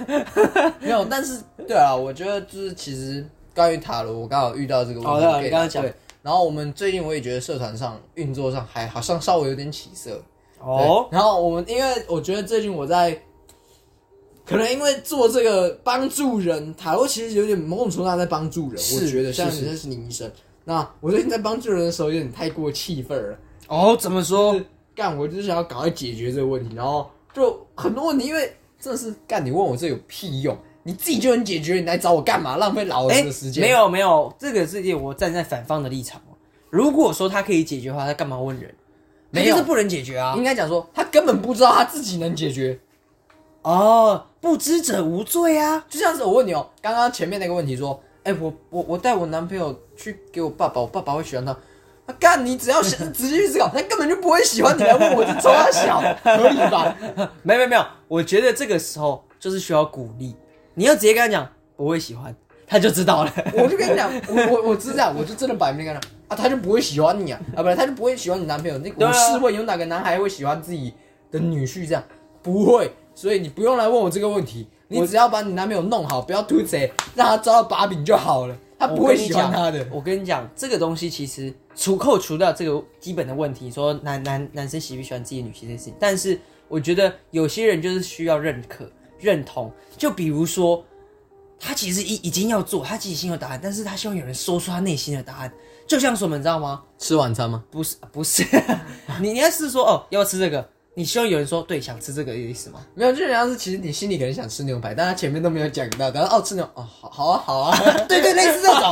[SPEAKER 1] 没有，但是对啊，我觉得就是其实关于塔罗，我刚好遇到这个问题。
[SPEAKER 2] 哦对啊
[SPEAKER 1] 对
[SPEAKER 2] 你刚刚讲
[SPEAKER 1] 对然后我们最近我也觉得社团上运作上还好像稍微有点起色。
[SPEAKER 2] 哦
[SPEAKER 1] 对，然后我们因为我觉得最近我在，可能因为做这个帮助人，塔罗其实有点某种程度上在帮助人。
[SPEAKER 2] 是
[SPEAKER 1] 我觉得像
[SPEAKER 2] 是
[SPEAKER 1] 你
[SPEAKER 2] 是
[SPEAKER 1] 认识林医生，那我最近在帮助人的时候有点太过气愤了，
[SPEAKER 2] 哦，怎么说
[SPEAKER 1] 就是？干我就是想要赶快解决这个问题，然后就很多问题，因为真的是干你问我这有屁用，你自己就能解决，你来找我干嘛？浪费老
[SPEAKER 2] 哎
[SPEAKER 1] 子的时，间。
[SPEAKER 2] 没，有没有，这个世界我站在反方的立场哦。如果说他可以解决的话，他干嘛问人？他
[SPEAKER 1] 没有
[SPEAKER 2] 就是不能解决啊
[SPEAKER 1] 应！该讲说他根本不知道他自己能解决。
[SPEAKER 2] 哦，不知者无罪啊！
[SPEAKER 1] 就像是我问你哦，刚刚前面那个问题说，哎、我我我带我男朋友去给我爸爸，我爸爸会喜欢他。啊，干你只要
[SPEAKER 2] [LAUGHS]
[SPEAKER 1] 想仔细去思考，他根本就不会喜欢你。来问我这抽他小，合理吧？
[SPEAKER 2] 没有没有没有，我觉得这个时候就是需要鼓励，你要直接跟他讲不会喜欢，他就知道了。
[SPEAKER 1] 我就跟你讲，我我我是这样，我就真的摆明了跟他讲啊，他就不会喜欢你啊，啊，不然他就不会喜欢你男朋友。那
[SPEAKER 2] 对啊
[SPEAKER 1] 我试问，有哪个男孩会喜欢自己的女婿这样？不会，所以你不用来问我这个问题，你只要把你男朋友弄好，不要吐贼，让他抓到把柄就好了。他啊不
[SPEAKER 2] 我
[SPEAKER 1] 会
[SPEAKER 2] 跟你
[SPEAKER 1] 喜欢
[SPEAKER 2] 讲，
[SPEAKER 1] 他的。
[SPEAKER 2] 我跟你讲，这个东西其实除扣除掉这个基本的问题，说男男男生喜不喜欢自己的女性这件事情，但是我觉得有些人就是需要认可、认同。就比如说，他其实已已经要做，他自己心有答案，但是他希望有人说出他内心的答案。就像什么，你知道吗？
[SPEAKER 1] 吃晚餐吗？
[SPEAKER 2] 不是不是， [LAUGHS] 你你要是说哦，要不要吃这个？你希望有人说对，想吃这个的意思吗？
[SPEAKER 1] 没有，就人家是其实你心里可能想吃牛排，但他前面都没有讲到，然后哦吃牛哦好好啊好啊，
[SPEAKER 2] 对对，类似这
[SPEAKER 1] [LAUGHS]
[SPEAKER 2] 种，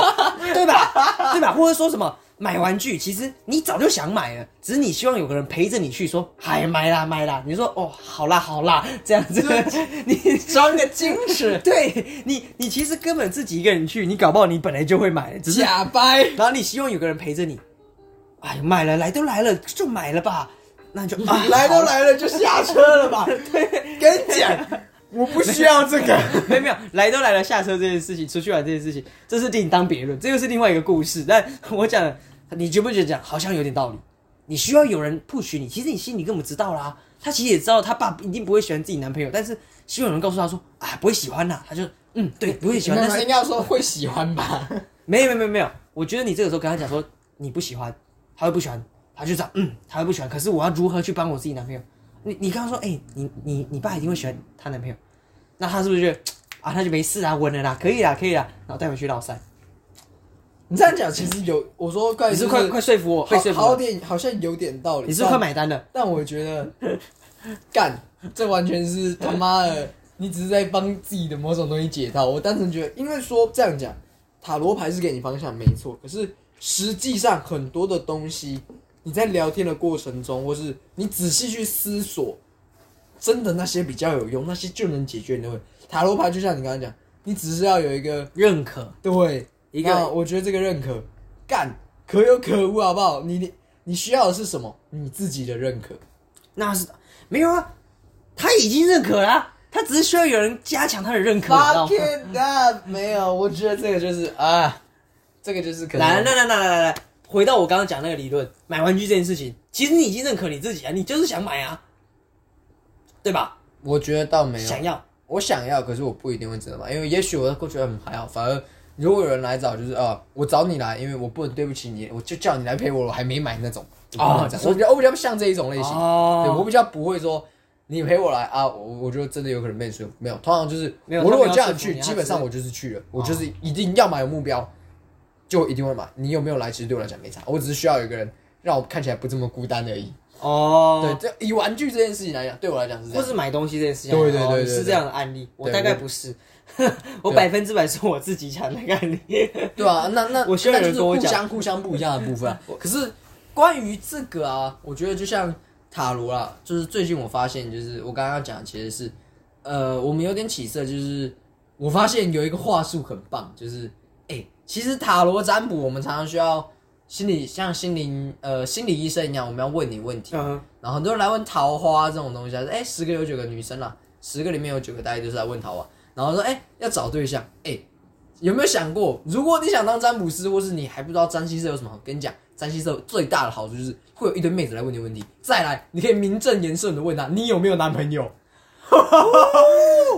[SPEAKER 2] 对吧？对吧？或者说什么买玩具，其实你早就想买了，只是你希望有个人陪着你去说，嗨，买啦买啦，你说哦，好啦好啦，这样子，你
[SPEAKER 1] 装个矜持，
[SPEAKER 2] 对你你其实根本自己一个人去，你搞不好你本来就会买， [LAUGHS] 只是
[SPEAKER 1] 假掰。
[SPEAKER 2] 然后你希望有个人陪着你，哎，买了来都来了就买了吧，
[SPEAKER 1] [LAUGHS]
[SPEAKER 2] 那就啊
[SPEAKER 1] 来
[SPEAKER 2] 好
[SPEAKER 1] 都
[SPEAKER 2] 啦
[SPEAKER 1] 来了就下车了
[SPEAKER 2] [LAUGHS]
[SPEAKER 1] 吧？对，跟你讲，我不需要这个。
[SPEAKER 2] [LAUGHS] 没有没有，来都来了，下车这件事情，出去玩这件事情，这是另当别论，这又是另外一个故事。但我讲了，你觉不觉得讲好像有点道理？你需要有人 push 你，其实你心里根本知道啦。她其实也知道她爸一定不会喜欢自己男朋友，但是希望有人告诉她说，啊，不会喜欢啦。她就嗯，对，不会喜欢。但
[SPEAKER 1] 那
[SPEAKER 2] 是
[SPEAKER 1] 应该说会喜欢
[SPEAKER 2] [LAUGHS]
[SPEAKER 1] 吧？
[SPEAKER 2] 没有没有没有没有，我觉得你这个时候跟她讲说你不喜欢，她会不喜欢，她就这样嗯，她会不喜欢。可是我要如何去帮我自己男朋友？你你刚刚说，哎、你你你爸一定会喜欢她男朋友，那她是不是觉得啊，那就没事啊，稳了啦，可以啦，可以啦，然后带回去绕赛。
[SPEAKER 1] 你这样讲其实有，我说怪
[SPEAKER 2] 哎你是快快说服我，快
[SPEAKER 1] 好
[SPEAKER 2] 说服
[SPEAKER 1] 好
[SPEAKER 2] 我，
[SPEAKER 1] 点，好像有点道理。
[SPEAKER 2] 你是不是快买单了？
[SPEAKER 1] 但我觉得，干，这完全是他妈的，你只是在帮自己的某种东西解套。我单纯觉得，因为说这样讲，塔罗牌是给你方向没错，可是实际上很多的东西，你在聊天的过程中，或是你仔细去思索，真的那些比较有用，那些就能解决你的问题。塔罗牌就像你刚刚讲，你只是要有一个
[SPEAKER 2] 认可
[SPEAKER 1] 对
[SPEAKER 2] 一个
[SPEAKER 1] 那我觉得这个认可，干可有可无，好不好？你你你需要的是什么？你自己的认可。
[SPEAKER 2] 那是没有啊，他已经认可啦、他只是需要有人加强他的认可，你知
[SPEAKER 1] Fuck
[SPEAKER 2] 道吗？
[SPEAKER 1] it up！没有，我觉得这个就是啊，这个就是可能。
[SPEAKER 2] 来来来来来来来，回到我刚刚讲那个理论，买玩具这件事情，其实你已经认可你自己啊，你就是想买啊，对吧？
[SPEAKER 1] 我觉得倒没有
[SPEAKER 2] 想，要
[SPEAKER 1] 我想要，可是我不一定会真的买，因为也许我会觉得嗯还好，反而哦如果有人来找，就是啊，我找你来，因为我不能对不起你，我就叫你来陪我，我还没买那种。啊，这样我比较我比较像这一种类型，对
[SPEAKER 2] 哦，
[SPEAKER 1] 我比较不会说你陪我来啊，我我就真的有可能被说没有，通常就是
[SPEAKER 2] 没有
[SPEAKER 1] 我如
[SPEAKER 2] 他哦
[SPEAKER 1] 果
[SPEAKER 2] 们要
[SPEAKER 1] 这样
[SPEAKER 2] 说服
[SPEAKER 1] 去，
[SPEAKER 2] 你
[SPEAKER 1] 基本上我就是去了，我就是一定要买有目标，就一定会买。你有没有来，其实对我来讲没差，我只是需要有一个人让我看起来不这么孤单而已。对，
[SPEAKER 2] 哦，
[SPEAKER 1] 这以玩具这件事情来讲，对我来讲是这
[SPEAKER 2] 或
[SPEAKER 1] 样。
[SPEAKER 2] 是买东西这件事情，
[SPEAKER 1] 对对
[SPEAKER 2] 哦
[SPEAKER 1] 对
[SPEAKER 2] 你
[SPEAKER 1] 对
[SPEAKER 2] 是
[SPEAKER 1] 对
[SPEAKER 2] 这样的案例，我
[SPEAKER 1] 对
[SPEAKER 2] 大概
[SPEAKER 1] 我
[SPEAKER 2] 不是， [LAUGHS] 我百分之百是我自己想的案
[SPEAKER 1] [LAUGHS]
[SPEAKER 2] 例，
[SPEAKER 1] 对啊，那那
[SPEAKER 2] 我希
[SPEAKER 1] 那
[SPEAKER 2] 望有
[SPEAKER 1] 就
[SPEAKER 2] 人
[SPEAKER 1] 是
[SPEAKER 2] 跟我
[SPEAKER 1] 互
[SPEAKER 2] 讲
[SPEAKER 1] 相互相不一样的部分、
[SPEAKER 2] [LAUGHS]
[SPEAKER 1] 啊。可是关于这个啊，我觉得就像塔罗啦，就是最近我发现，就是我刚刚讲的其实是，呃，我们有点起色，就是我发现有一个话术很棒，就是哎、其实塔罗占卜我们常常需要心理像心灵呃心理医生一样，我们要问你问题，
[SPEAKER 2] 嗯，
[SPEAKER 1] 然后很多人来问桃花这种东西啊，哎，十个有九个女生啦，十个里面有九个大概就是来问桃花，然后说，哎，要找对象，哎，有没有想过，如果你想当占卜师，或是你还不知道占星社有什么好，跟你讲，占星社最大的好处就是会有一堆妹子来问你问题，再来，你可以名正言顺的问她，你有没有男朋友？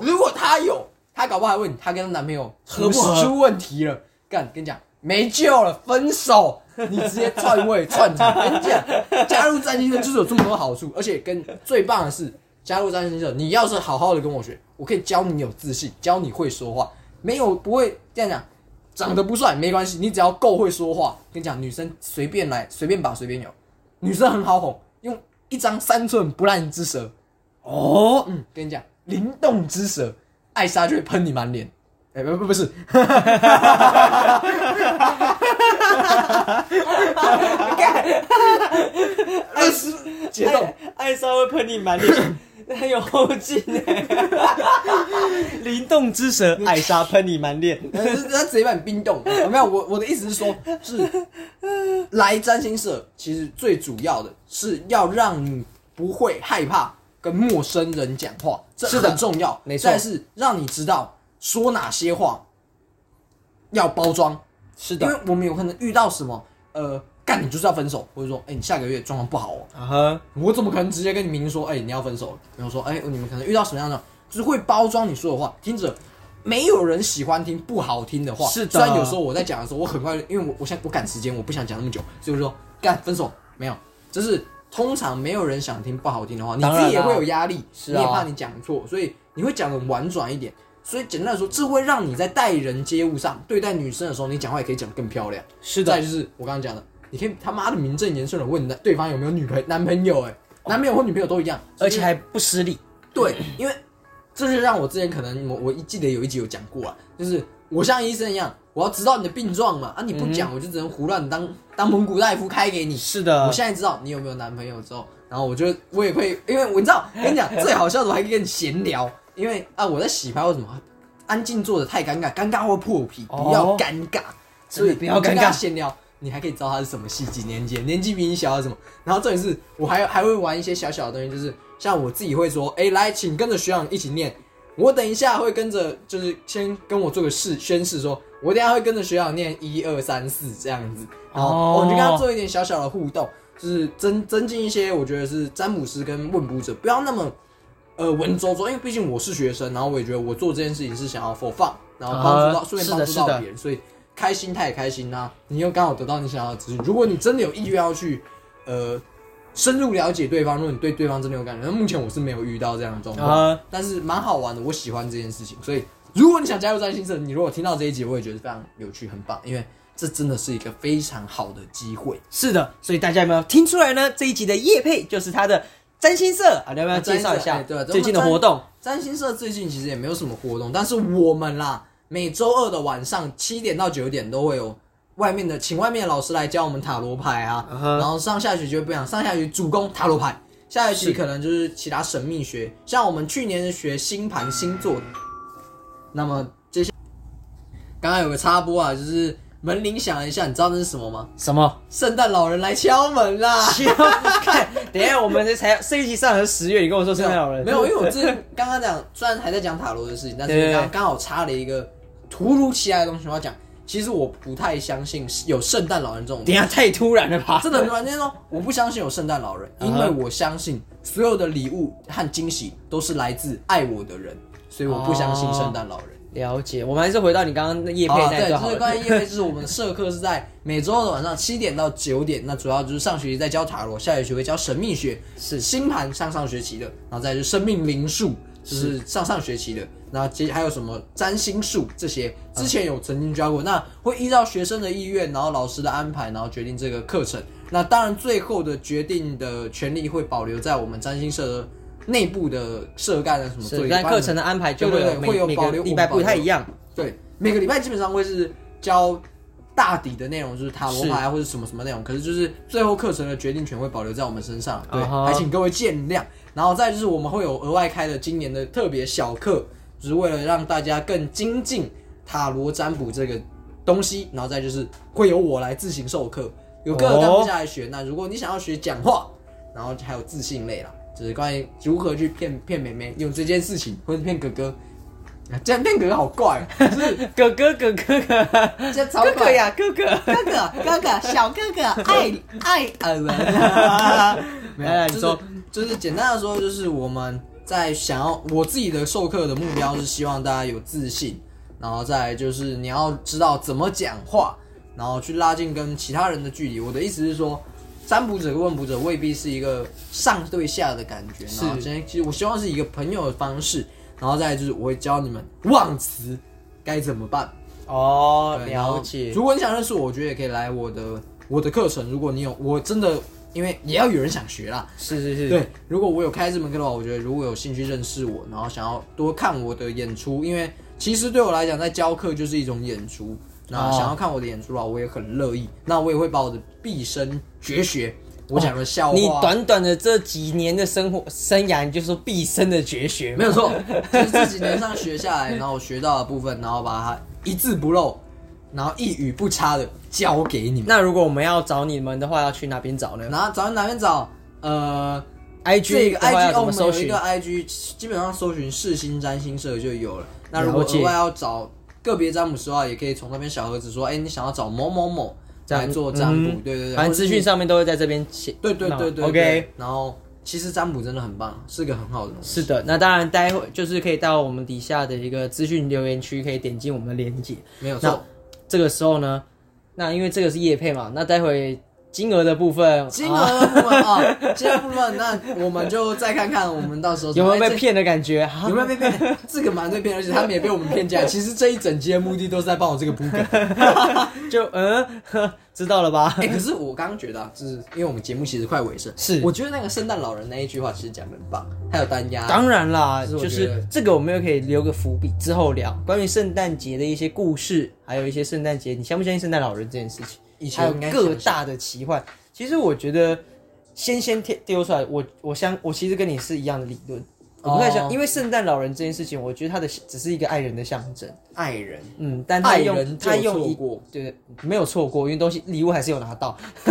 [SPEAKER 1] 如果她有，她搞不好还问你她跟她男朋友
[SPEAKER 2] 合不合
[SPEAKER 1] 出问题了，干，跟你讲，没救了，分手。你直接篡位篡场，跟你讲，加入占星社就是有这么多好处，而且跟最棒的是，加入占星社，你要是好好的跟我学，我可以教你有自信，教你会说话，没有不会这样讲，长得不帅没关系，你只要够会说话，跟你讲，女生随便来，随便把随便有，女生很好哄，用一张三寸不烂之舌，
[SPEAKER 2] 哦，
[SPEAKER 1] 嗯，跟你讲，灵动之舌，艾莎就会喷你满脸。哎、不不不是，二十节奏，
[SPEAKER 2] 艾艾莎会喷你满脸，很有后劲
[SPEAKER 1] [LAUGHS]
[SPEAKER 2] 哎，灵动之蛇艾莎喷你满脸，
[SPEAKER 1] 他他直接把你冰冻。有没有？我我的意思是说，是来占星社，其实最主要的是要让你不会害怕跟陌生人讲话，这
[SPEAKER 2] 是的
[SPEAKER 1] 很重要。
[SPEAKER 2] 没错
[SPEAKER 1] 但是让你知道说哪些话要包装，
[SPEAKER 2] 是
[SPEAKER 1] 因为，我们有可能遇到什么，呃，干你就是要分手，或者说，哎、你下个月状况不好哦，
[SPEAKER 2] 啊哈，
[SPEAKER 1] 我怎么可能直接跟你明说，哎、你要分手了？然后说，哎、你们可能遇到什么样的，就是会包装你说的话，听着。没有人喜欢听不好听的话。
[SPEAKER 2] 是的
[SPEAKER 1] 虽然有时候我在讲的时候，我很快，因为我我现在我赶时间，我不想讲那么久，所以我就说干分手没有，就是通常没有人想听不好听的话，你
[SPEAKER 2] 当然
[SPEAKER 1] 自
[SPEAKER 2] 啦
[SPEAKER 1] 己也会有压力，
[SPEAKER 2] 是
[SPEAKER 1] 你
[SPEAKER 2] 啊
[SPEAKER 1] 也怕你讲错，所以你会讲的婉转一点。所以简单来说，这会让你在待人接物上对待女生的时候，你讲话也可以讲得更漂亮。
[SPEAKER 2] 是
[SPEAKER 1] 再就是我刚刚讲的，你可以他妈的名正言顺的问男对方有没有女朋男朋友、欸，哎，男朋友或女朋友都一样，
[SPEAKER 2] 哦而且还不失礼，
[SPEAKER 1] 对，因为这就让我之前可能我我一记得有一集有讲过啊，就是我像医生一样，我要知道你的病状嘛，啊你不
[SPEAKER 2] 嗯
[SPEAKER 1] 讲我就只能胡乱当当蒙古大夫开给你。
[SPEAKER 2] 是的
[SPEAKER 1] 我现在知道你有没有男朋友之后，然后我就我也会，因为我你知道，
[SPEAKER 2] [LAUGHS]
[SPEAKER 1] 跟你讲最好笑的，我还可以跟你闲聊，因为啊我在洗牌或什么，安静坐着太尴尬，尴尬会破皮，
[SPEAKER 2] 哦
[SPEAKER 1] 不要尴尬，所以
[SPEAKER 2] 真的不要尴尬
[SPEAKER 1] 你跟他闲聊。你还可以知道他是什么系几年级，年纪比你小还是什么。然后重点是我还还会玩一些小小的东西，就是像我自己会说，哎、来，请跟着学长一起念。我等一下会跟着，就是先跟我做个誓宣誓说，我等一下会跟着学长念一二三四这样子。然后、
[SPEAKER 2] 哦
[SPEAKER 1] 我就跟他做一点小小的互动，就是增增进一些，我觉得是占卜师跟问卜者不要那么呃文绉绉，因为毕竟我是学生，然后我也觉得我做这件事情是想要 for fun，然后帮助到
[SPEAKER 2] 啊
[SPEAKER 1] 顺便
[SPEAKER 2] 是的
[SPEAKER 1] 帮助
[SPEAKER 2] 是
[SPEAKER 1] 到
[SPEAKER 2] 的
[SPEAKER 1] 别人，所以开心他也开心啊，你又刚好得到你想要的资讯。如果你真的有意愿要去呃深入了解对方，如果你对对方真的有感觉，那目前我是没有遇到这样的状况，
[SPEAKER 2] 啊，
[SPEAKER 1] 呃但是蛮好玩的，我喜欢这件事情。所以如果你想加入占星社，你如果听到这一集，我也觉得非常有趣，很棒，因为这真的是一个非常好的机会。
[SPEAKER 2] 是的，所以大家有没有听出来呢？这一集的叶配就是他的占星社啊，你要不要
[SPEAKER 1] 啊
[SPEAKER 2] 介绍一下
[SPEAKER 1] 占星社哎对啊
[SPEAKER 2] 最近的活动？
[SPEAKER 1] 占星社最近其实也没有什么活动，但是我们啦，每周二的晚上七点到九点都会有外面的，请外面的老师来教我们塔罗牌啊
[SPEAKER 2] 嗯哼
[SPEAKER 1] 然后上下学就不一样，上下学主攻塔罗牌，下学期
[SPEAKER 2] 是
[SPEAKER 1] 可能就是其他神秘学，像我们去年是学星盘星座的，那么接下刚刚有个插播啊，就是门铃响了一下，你知道那是什么吗？
[SPEAKER 2] 什么？
[SPEAKER 1] 圣诞老人来敲门
[SPEAKER 2] [LAUGHS]
[SPEAKER 1] 啦！
[SPEAKER 2] 看，等一下我们这才这一集上的是十月，你跟我说圣诞老人
[SPEAKER 1] 没有，因为我之前刚刚讲，虽然还在讲塔罗的事情，但
[SPEAKER 2] 对
[SPEAKER 1] 是
[SPEAKER 2] 对对
[SPEAKER 1] 刚刚好插了一个突如其来的东西，我要讲。其实我不太相信有圣诞老人这种
[SPEAKER 2] 等
[SPEAKER 1] 东
[SPEAKER 2] 一
[SPEAKER 1] 西，
[SPEAKER 2] 下太突然了吧？
[SPEAKER 1] 真的很软件说我不相信有圣诞老人，因为我相信所有的礼物和惊喜都是来自爱我的人，所以我不相信圣诞老人。
[SPEAKER 2] 了解，我们还是回到你刚刚的叶配
[SPEAKER 1] 好啊，
[SPEAKER 2] 那一
[SPEAKER 1] 对，
[SPEAKER 2] 段
[SPEAKER 1] 就
[SPEAKER 2] 好
[SPEAKER 1] 是
[SPEAKER 2] 了。
[SPEAKER 1] 关于夜配，就是我们的社课是在每周的晚上七点到九点，那主要就是上学期在教塔罗，下学期会教神秘学，
[SPEAKER 2] 是
[SPEAKER 1] 星盘上上学期的，然后再就是生命灵数，就是上上学期的，然后接还有什么占星术这些，
[SPEAKER 2] 嗯
[SPEAKER 1] 之前有曾经教过，那会依照学生的意愿，然后老师的安排，然后决定这个课程。那当然，最后的决定的权利会保留在我们占星社的内部的社干啊的什么
[SPEAKER 2] 是，
[SPEAKER 1] 对，
[SPEAKER 2] 但课程的安排就
[SPEAKER 1] 对
[SPEAKER 2] 会
[SPEAKER 1] 对对
[SPEAKER 2] 有每
[SPEAKER 1] 会有
[SPEAKER 2] 每
[SPEAKER 1] 保
[SPEAKER 2] 个
[SPEAKER 1] 留
[SPEAKER 2] 礼拜
[SPEAKER 1] 五保
[SPEAKER 2] 不太
[SPEAKER 1] 留
[SPEAKER 2] 一样。
[SPEAKER 1] 对，每个礼拜基本上会是教大底的内容，就是塔罗牌啊或者什么什么内容。可是就是最后课程的决定权会保留在我们身上，对
[SPEAKER 2] 啊哈
[SPEAKER 1] 还请各位见谅。然后再就是我们会有额外开的今年的特别小课，就是为了让大家更精进塔罗占卜这个东西。然后再就是会由我来自行授课，有各个
[SPEAKER 2] 哦
[SPEAKER 1] 科下来学。那如果你想要学讲话，然后还有自信类啦。就是关于如何去骗骗妹妹，用这件事情或者骗哥哥，啊这样骗哥哥好怪、哦，
[SPEAKER 2] 哥哥哥哥哥
[SPEAKER 1] 这超
[SPEAKER 2] 哥哥
[SPEAKER 1] 快！
[SPEAKER 2] 呀，哥哥。
[SPEAKER 1] 哥哥，
[SPEAKER 2] [LAUGHS]
[SPEAKER 1] 哥哥，小哥哥，爱爱尔文。没
[SPEAKER 2] 来来
[SPEAKER 1] 有，
[SPEAKER 2] 啊你
[SPEAKER 1] 就
[SPEAKER 2] 说
[SPEAKER 1] 是 [LAUGHS] 就是简单的说，就是我们在想要我自己的授课的目标是希望大家有自信，然后再来就是你要知道怎么讲话，然后去拉近跟其他人的距离。我的意思是说。占卜者跟问卜者未必是一个上对下的感觉，
[SPEAKER 2] 是
[SPEAKER 1] 然后今天其实我希望是一个朋友的方式，然后再来就是我会教你们忘词该怎么办，
[SPEAKER 2] 哦，
[SPEAKER 1] 对然后
[SPEAKER 2] 了解。
[SPEAKER 1] 如果你想认识我，我觉得也可以来我的我的课程。如果你有，我真的因为也要有人想学啦。
[SPEAKER 2] 是是是，
[SPEAKER 1] 对，如果我有开这门课的话，我觉得如果有兴趣认识我，然后想要多看我的演出，因为其实对我来讲，在教课就是一种演出。那
[SPEAKER 2] 哦
[SPEAKER 1] 想要看我的演出的话，我也很乐意。那我也会把我的毕生绝学，我讲的笑话，
[SPEAKER 2] 你短短的这几年的生活生涯，你就说毕生的绝学嘛，
[SPEAKER 1] 没有错，就是这几年上学下来，然后我学到的部分，然后把它一字不漏，然后一语不差的教给你们。
[SPEAKER 2] 那如果我们要找你们的话，要去哪边找呢
[SPEAKER 1] 然后找哪边找？呃，这
[SPEAKER 2] ？IG
[SPEAKER 1] 个
[SPEAKER 2] 的话
[SPEAKER 1] IG 哦，
[SPEAKER 2] 要怎
[SPEAKER 1] 我
[SPEAKER 2] 么
[SPEAKER 1] 们
[SPEAKER 2] 搜
[SPEAKER 1] 有一
[SPEAKER 2] 寻
[SPEAKER 1] 个？IG，基本上搜寻世新占星社就有了。那如果
[SPEAKER 2] 了解
[SPEAKER 1] 额外要找个别占卜师的话，也可以从那边小盒子说，哎，你想要找某某某来做占卜，
[SPEAKER 2] 嗯
[SPEAKER 1] 对对对，
[SPEAKER 2] 反
[SPEAKER 1] 或者
[SPEAKER 2] 正
[SPEAKER 1] 是
[SPEAKER 2] 资
[SPEAKER 1] 你
[SPEAKER 2] 讯，上面都会在这边写。
[SPEAKER 1] 对对对对对
[SPEAKER 2] OK，
[SPEAKER 1] 然后其实占卜真的很棒，是个很好的东西。
[SPEAKER 2] 是的，那当然，待会就是可以到我们底下的一个资讯留言区，可以点进我们的链接。
[SPEAKER 1] 没有
[SPEAKER 2] 那
[SPEAKER 1] 错，
[SPEAKER 2] 这个时候呢，那因为这个是业配嘛，那待会金额的部分，
[SPEAKER 1] 金
[SPEAKER 2] 啊、
[SPEAKER 1] 额部
[SPEAKER 2] [LAUGHS]
[SPEAKER 1] 分啊，金额部分，那我们就再看看我们到时候
[SPEAKER 2] [LAUGHS] 有没有
[SPEAKER 1] 哎
[SPEAKER 2] 被
[SPEAKER 1] 这
[SPEAKER 2] 骗的感觉？啊
[SPEAKER 1] 有没有被骗？这个蛮被骗，而且他们也被我们骗进来。其实这一整集的目的都是在帮我这个补梗。
[SPEAKER 2] 就嗯，呵 [LAUGHS] 知道了吧？
[SPEAKER 1] [LAUGHS] 哎、可是我刚刚觉得、啊，就是因为我们节目其实快尾声，
[SPEAKER 2] 是
[SPEAKER 1] 我觉得那个圣诞老人那一句话其实讲的很棒，还有单压，
[SPEAKER 2] 当然啦，
[SPEAKER 1] 啊是我
[SPEAKER 2] 就
[SPEAKER 1] 觉得
[SPEAKER 2] 是这个我们又可以留个伏笔，之后聊关于圣诞节的一些故事，还有一些圣诞节，你相不相信圣诞老人这件事情？
[SPEAKER 1] 以前
[SPEAKER 2] 还有
[SPEAKER 1] 应该
[SPEAKER 2] 各
[SPEAKER 1] 想
[SPEAKER 2] 大的奇幻，其实我觉得先先贴丢出来，我我相我其实跟你是一样的理论，我不太想，
[SPEAKER 1] 哦
[SPEAKER 2] 因为圣诞老人这件事情，我觉得他的只是一个爱人的象征，
[SPEAKER 1] 爱人，
[SPEAKER 2] 嗯，但他
[SPEAKER 1] 爱
[SPEAKER 2] 用
[SPEAKER 1] 人
[SPEAKER 2] 他
[SPEAKER 1] 就
[SPEAKER 2] 用
[SPEAKER 1] 错
[SPEAKER 2] 一
[SPEAKER 1] 过，
[SPEAKER 2] 对，没有错过，因为东西礼物还是有拿到， [LAUGHS]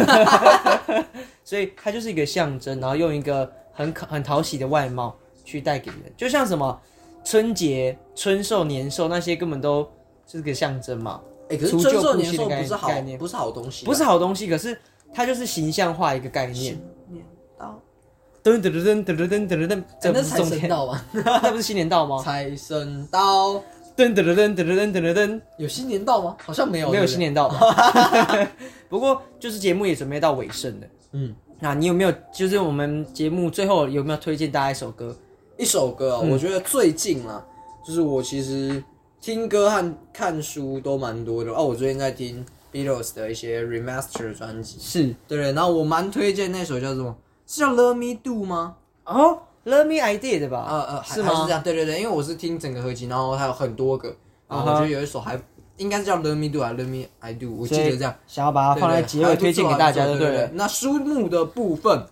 [SPEAKER 2] 所以它就是一个象征，然后用一个很可很讨喜的外貌去带给人，就像什么春节、春寿、年寿那些根本都就是个象征嘛，
[SPEAKER 1] 哎、可是
[SPEAKER 2] 除
[SPEAKER 1] 尊
[SPEAKER 2] 旧
[SPEAKER 1] 寿
[SPEAKER 2] 布
[SPEAKER 1] 年
[SPEAKER 2] 新
[SPEAKER 1] 寿
[SPEAKER 2] 的概
[SPEAKER 1] 不是好
[SPEAKER 2] 概念
[SPEAKER 1] 不是好东西啊，
[SPEAKER 2] 不是好东西，可是它就是形象化一个概念。
[SPEAKER 1] 年到，
[SPEAKER 2] 噔噔噔噔噔噔噔噔，
[SPEAKER 1] 哎
[SPEAKER 2] 这不
[SPEAKER 1] 那
[SPEAKER 2] 是
[SPEAKER 1] 财
[SPEAKER 2] 哦中
[SPEAKER 1] 神
[SPEAKER 2] 间，
[SPEAKER 1] 到吧？
[SPEAKER 2] [LAUGHS] 那不是新年到吗？
[SPEAKER 1] 财神到，
[SPEAKER 2] 噔噔噔噔噔噔噔噔
[SPEAKER 1] 有新年到吗？好像没有，
[SPEAKER 2] 噔，没有
[SPEAKER 1] 对不对
[SPEAKER 2] 新，年到 [LAUGHS] 吧？不过就是节目也准备到尾声了。
[SPEAKER 1] 嗯，
[SPEAKER 2] 那你有没有就是我们节目最后有没有推荐大家一首歌？
[SPEAKER 1] 一首歌
[SPEAKER 2] 嗯
[SPEAKER 1] 啊、我觉得最近啊，就是我其实听歌和看书都蛮多的哦，我最近在听 Beatles 的一些 remaster 专辑。
[SPEAKER 2] 是
[SPEAKER 1] 对然后我蛮推荐那首叫什么？是叫《Love Me Do》吗？
[SPEAKER 2] 哦，Love Me I Did 吧？
[SPEAKER 1] 呃呃，还
[SPEAKER 2] 是
[SPEAKER 1] 还是
[SPEAKER 2] 吗
[SPEAKER 1] 这？样？对对对，因为我是听整个合集，然后它有很多个，然后我
[SPEAKER 2] 啊哈
[SPEAKER 1] 觉得有一首还应该是叫《Love Me Do》还是《Love Me I Do》，我记
[SPEAKER 2] 所
[SPEAKER 1] 得
[SPEAKER 2] 以
[SPEAKER 1] 这样。
[SPEAKER 2] 想要把它放在
[SPEAKER 1] 对对
[SPEAKER 2] 结尾推荐给大家
[SPEAKER 1] 还
[SPEAKER 2] 就
[SPEAKER 1] 不错
[SPEAKER 2] 对
[SPEAKER 1] 还不
[SPEAKER 2] 了
[SPEAKER 1] 错。那书目的部分。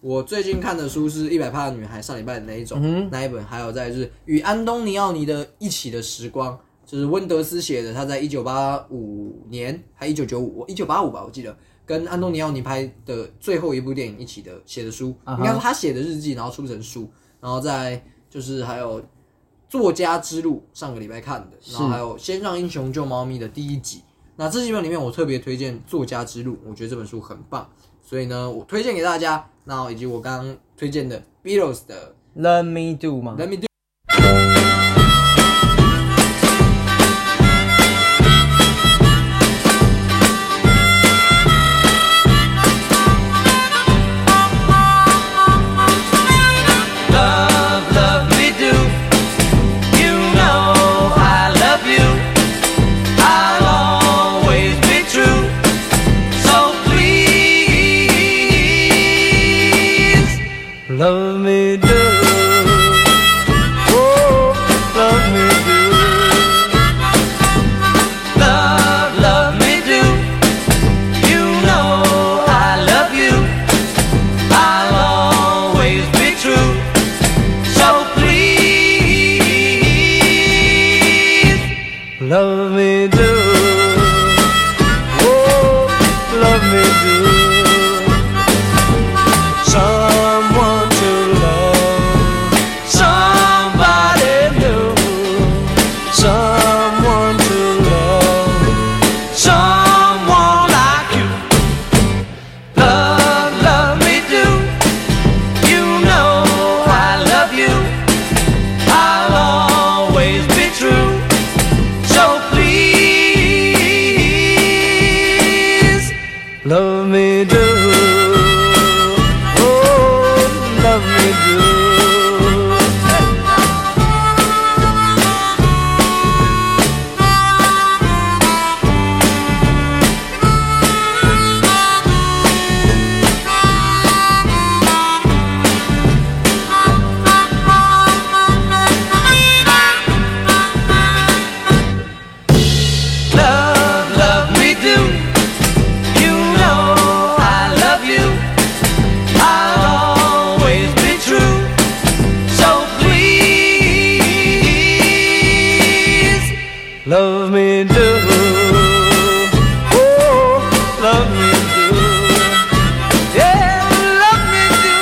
[SPEAKER 1] 我最近看的书是《一百趴的女孩》，上礼拜的那一
[SPEAKER 2] 嗯
[SPEAKER 1] 种、那一本，还有再就是《与安东尼奥尼的一起的时光》，就是温德斯写的，他在一九八五年还一九九五，一九八五吧，我记得跟安东尼奥尼拍的最后一部电影一起的写的书
[SPEAKER 2] 啊哈
[SPEAKER 1] 应该说他写的日记，然后出成书，然后再就是还有《作家之路》，上个礼拜看的，然后还有《先让英雄救猫咪》的第一集。那这几本里面，我特别推荐《作家之路》，我觉得这本书很棒，所以呢，我推荐给大家。那以及我刚刚推荐的 Beatles 的
[SPEAKER 2] Love Me Do 嘛
[SPEAKER 1] Let Me Do。
[SPEAKER 2] Oh, Oh,
[SPEAKER 3] Love me do, oh, love me do. Love, love me do. You know I love you. I'll always be true. So please, love me do. Oh, love me do. Yeah, love me do.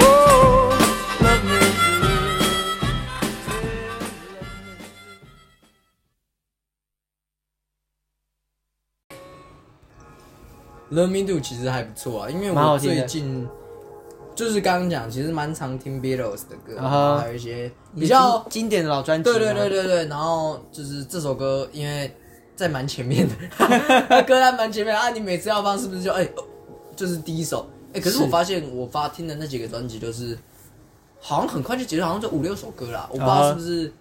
[SPEAKER 3] Oh, love me do.
[SPEAKER 1] Love Me Do 其实还不错啊，因为
[SPEAKER 2] 蛮
[SPEAKER 1] 我
[SPEAKER 2] 好听的
[SPEAKER 1] 最近就是刚刚讲，其实蛮常听 Beatles 的歌，
[SPEAKER 2] 啊
[SPEAKER 1] 然
[SPEAKER 2] 哈
[SPEAKER 1] 后还有一些比较
[SPEAKER 2] 经经典的老专辑嘛，
[SPEAKER 1] 对对对对对，然后就是这首歌，因为在蛮前面的， [LAUGHS] 歌单蛮前面的啊，你每次要放是不是就哎、哦就是第一首哎、可是
[SPEAKER 2] 是
[SPEAKER 1] 我发现我发听的那几个专辑就是好像很快就结束，好像就五六首歌啦，我不知道
[SPEAKER 2] 啊
[SPEAKER 1] 是不是。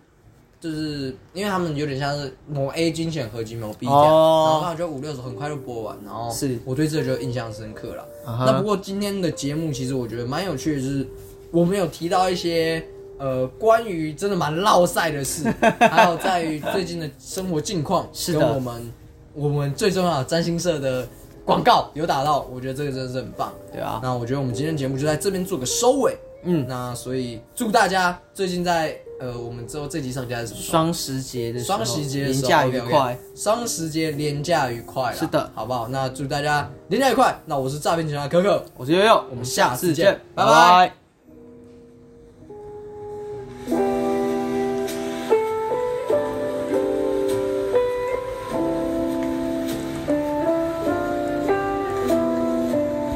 [SPEAKER 1] 就是因为他们有点像是某 A 精选合集某 B 这样，
[SPEAKER 2] 哦
[SPEAKER 1] 然后刚好就五六首很快就播完，然后
[SPEAKER 2] 是
[SPEAKER 1] 我对这就印象深刻了。
[SPEAKER 2] 啊哈
[SPEAKER 1] 那不过今天的节目其实我觉得蛮有趣的，就是我们有提到一些呃关于真的蛮落赛的
[SPEAKER 2] [LAUGHS]
[SPEAKER 1] 事，还有在于最近的生活近况，
[SPEAKER 2] 是的
[SPEAKER 1] 跟我们我们最重要的占星社的广告有打到，我觉得这个真的是很棒。
[SPEAKER 2] 对啊，
[SPEAKER 1] 那我觉得我们今天节目就在这边做个收尾，
[SPEAKER 2] 嗯
[SPEAKER 1] 那所以祝大家最近在呃我们之后这集上架是什么时候？
[SPEAKER 2] 双十节的时候
[SPEAKER 1] 双十节的
[SPEAKER 2] 廉
[SPEAKER 1] 时候
[SPEAKER 2] 价愉
[SPEAKER 1] OK，OK
[SPEAKER 2] 快，
[SPEAKER 1] 双十节廉价愉快啦，
[SPEAKER 2] 是的
[SPEAKER 1] 好不好？那祝大家廉价愉快。那我是诈骗集团的可可，
[SPEAKER 2] 我是悠悠，我
[SPEAKER 1] 我
[SPEAKER 2] 们
[SPEAKER 1] 们
[SPEAKER 2] 下
[SPEAKER 1] 下
[SPEAKER 2] 次
[SPEAKER 1] 次
[SPEAKER 2] 见
[SPEAKER 1] 见，
[SPEAKER 2] 拜
[SPEAKER 1] 拜拜
[SPEAKER 2] 拜。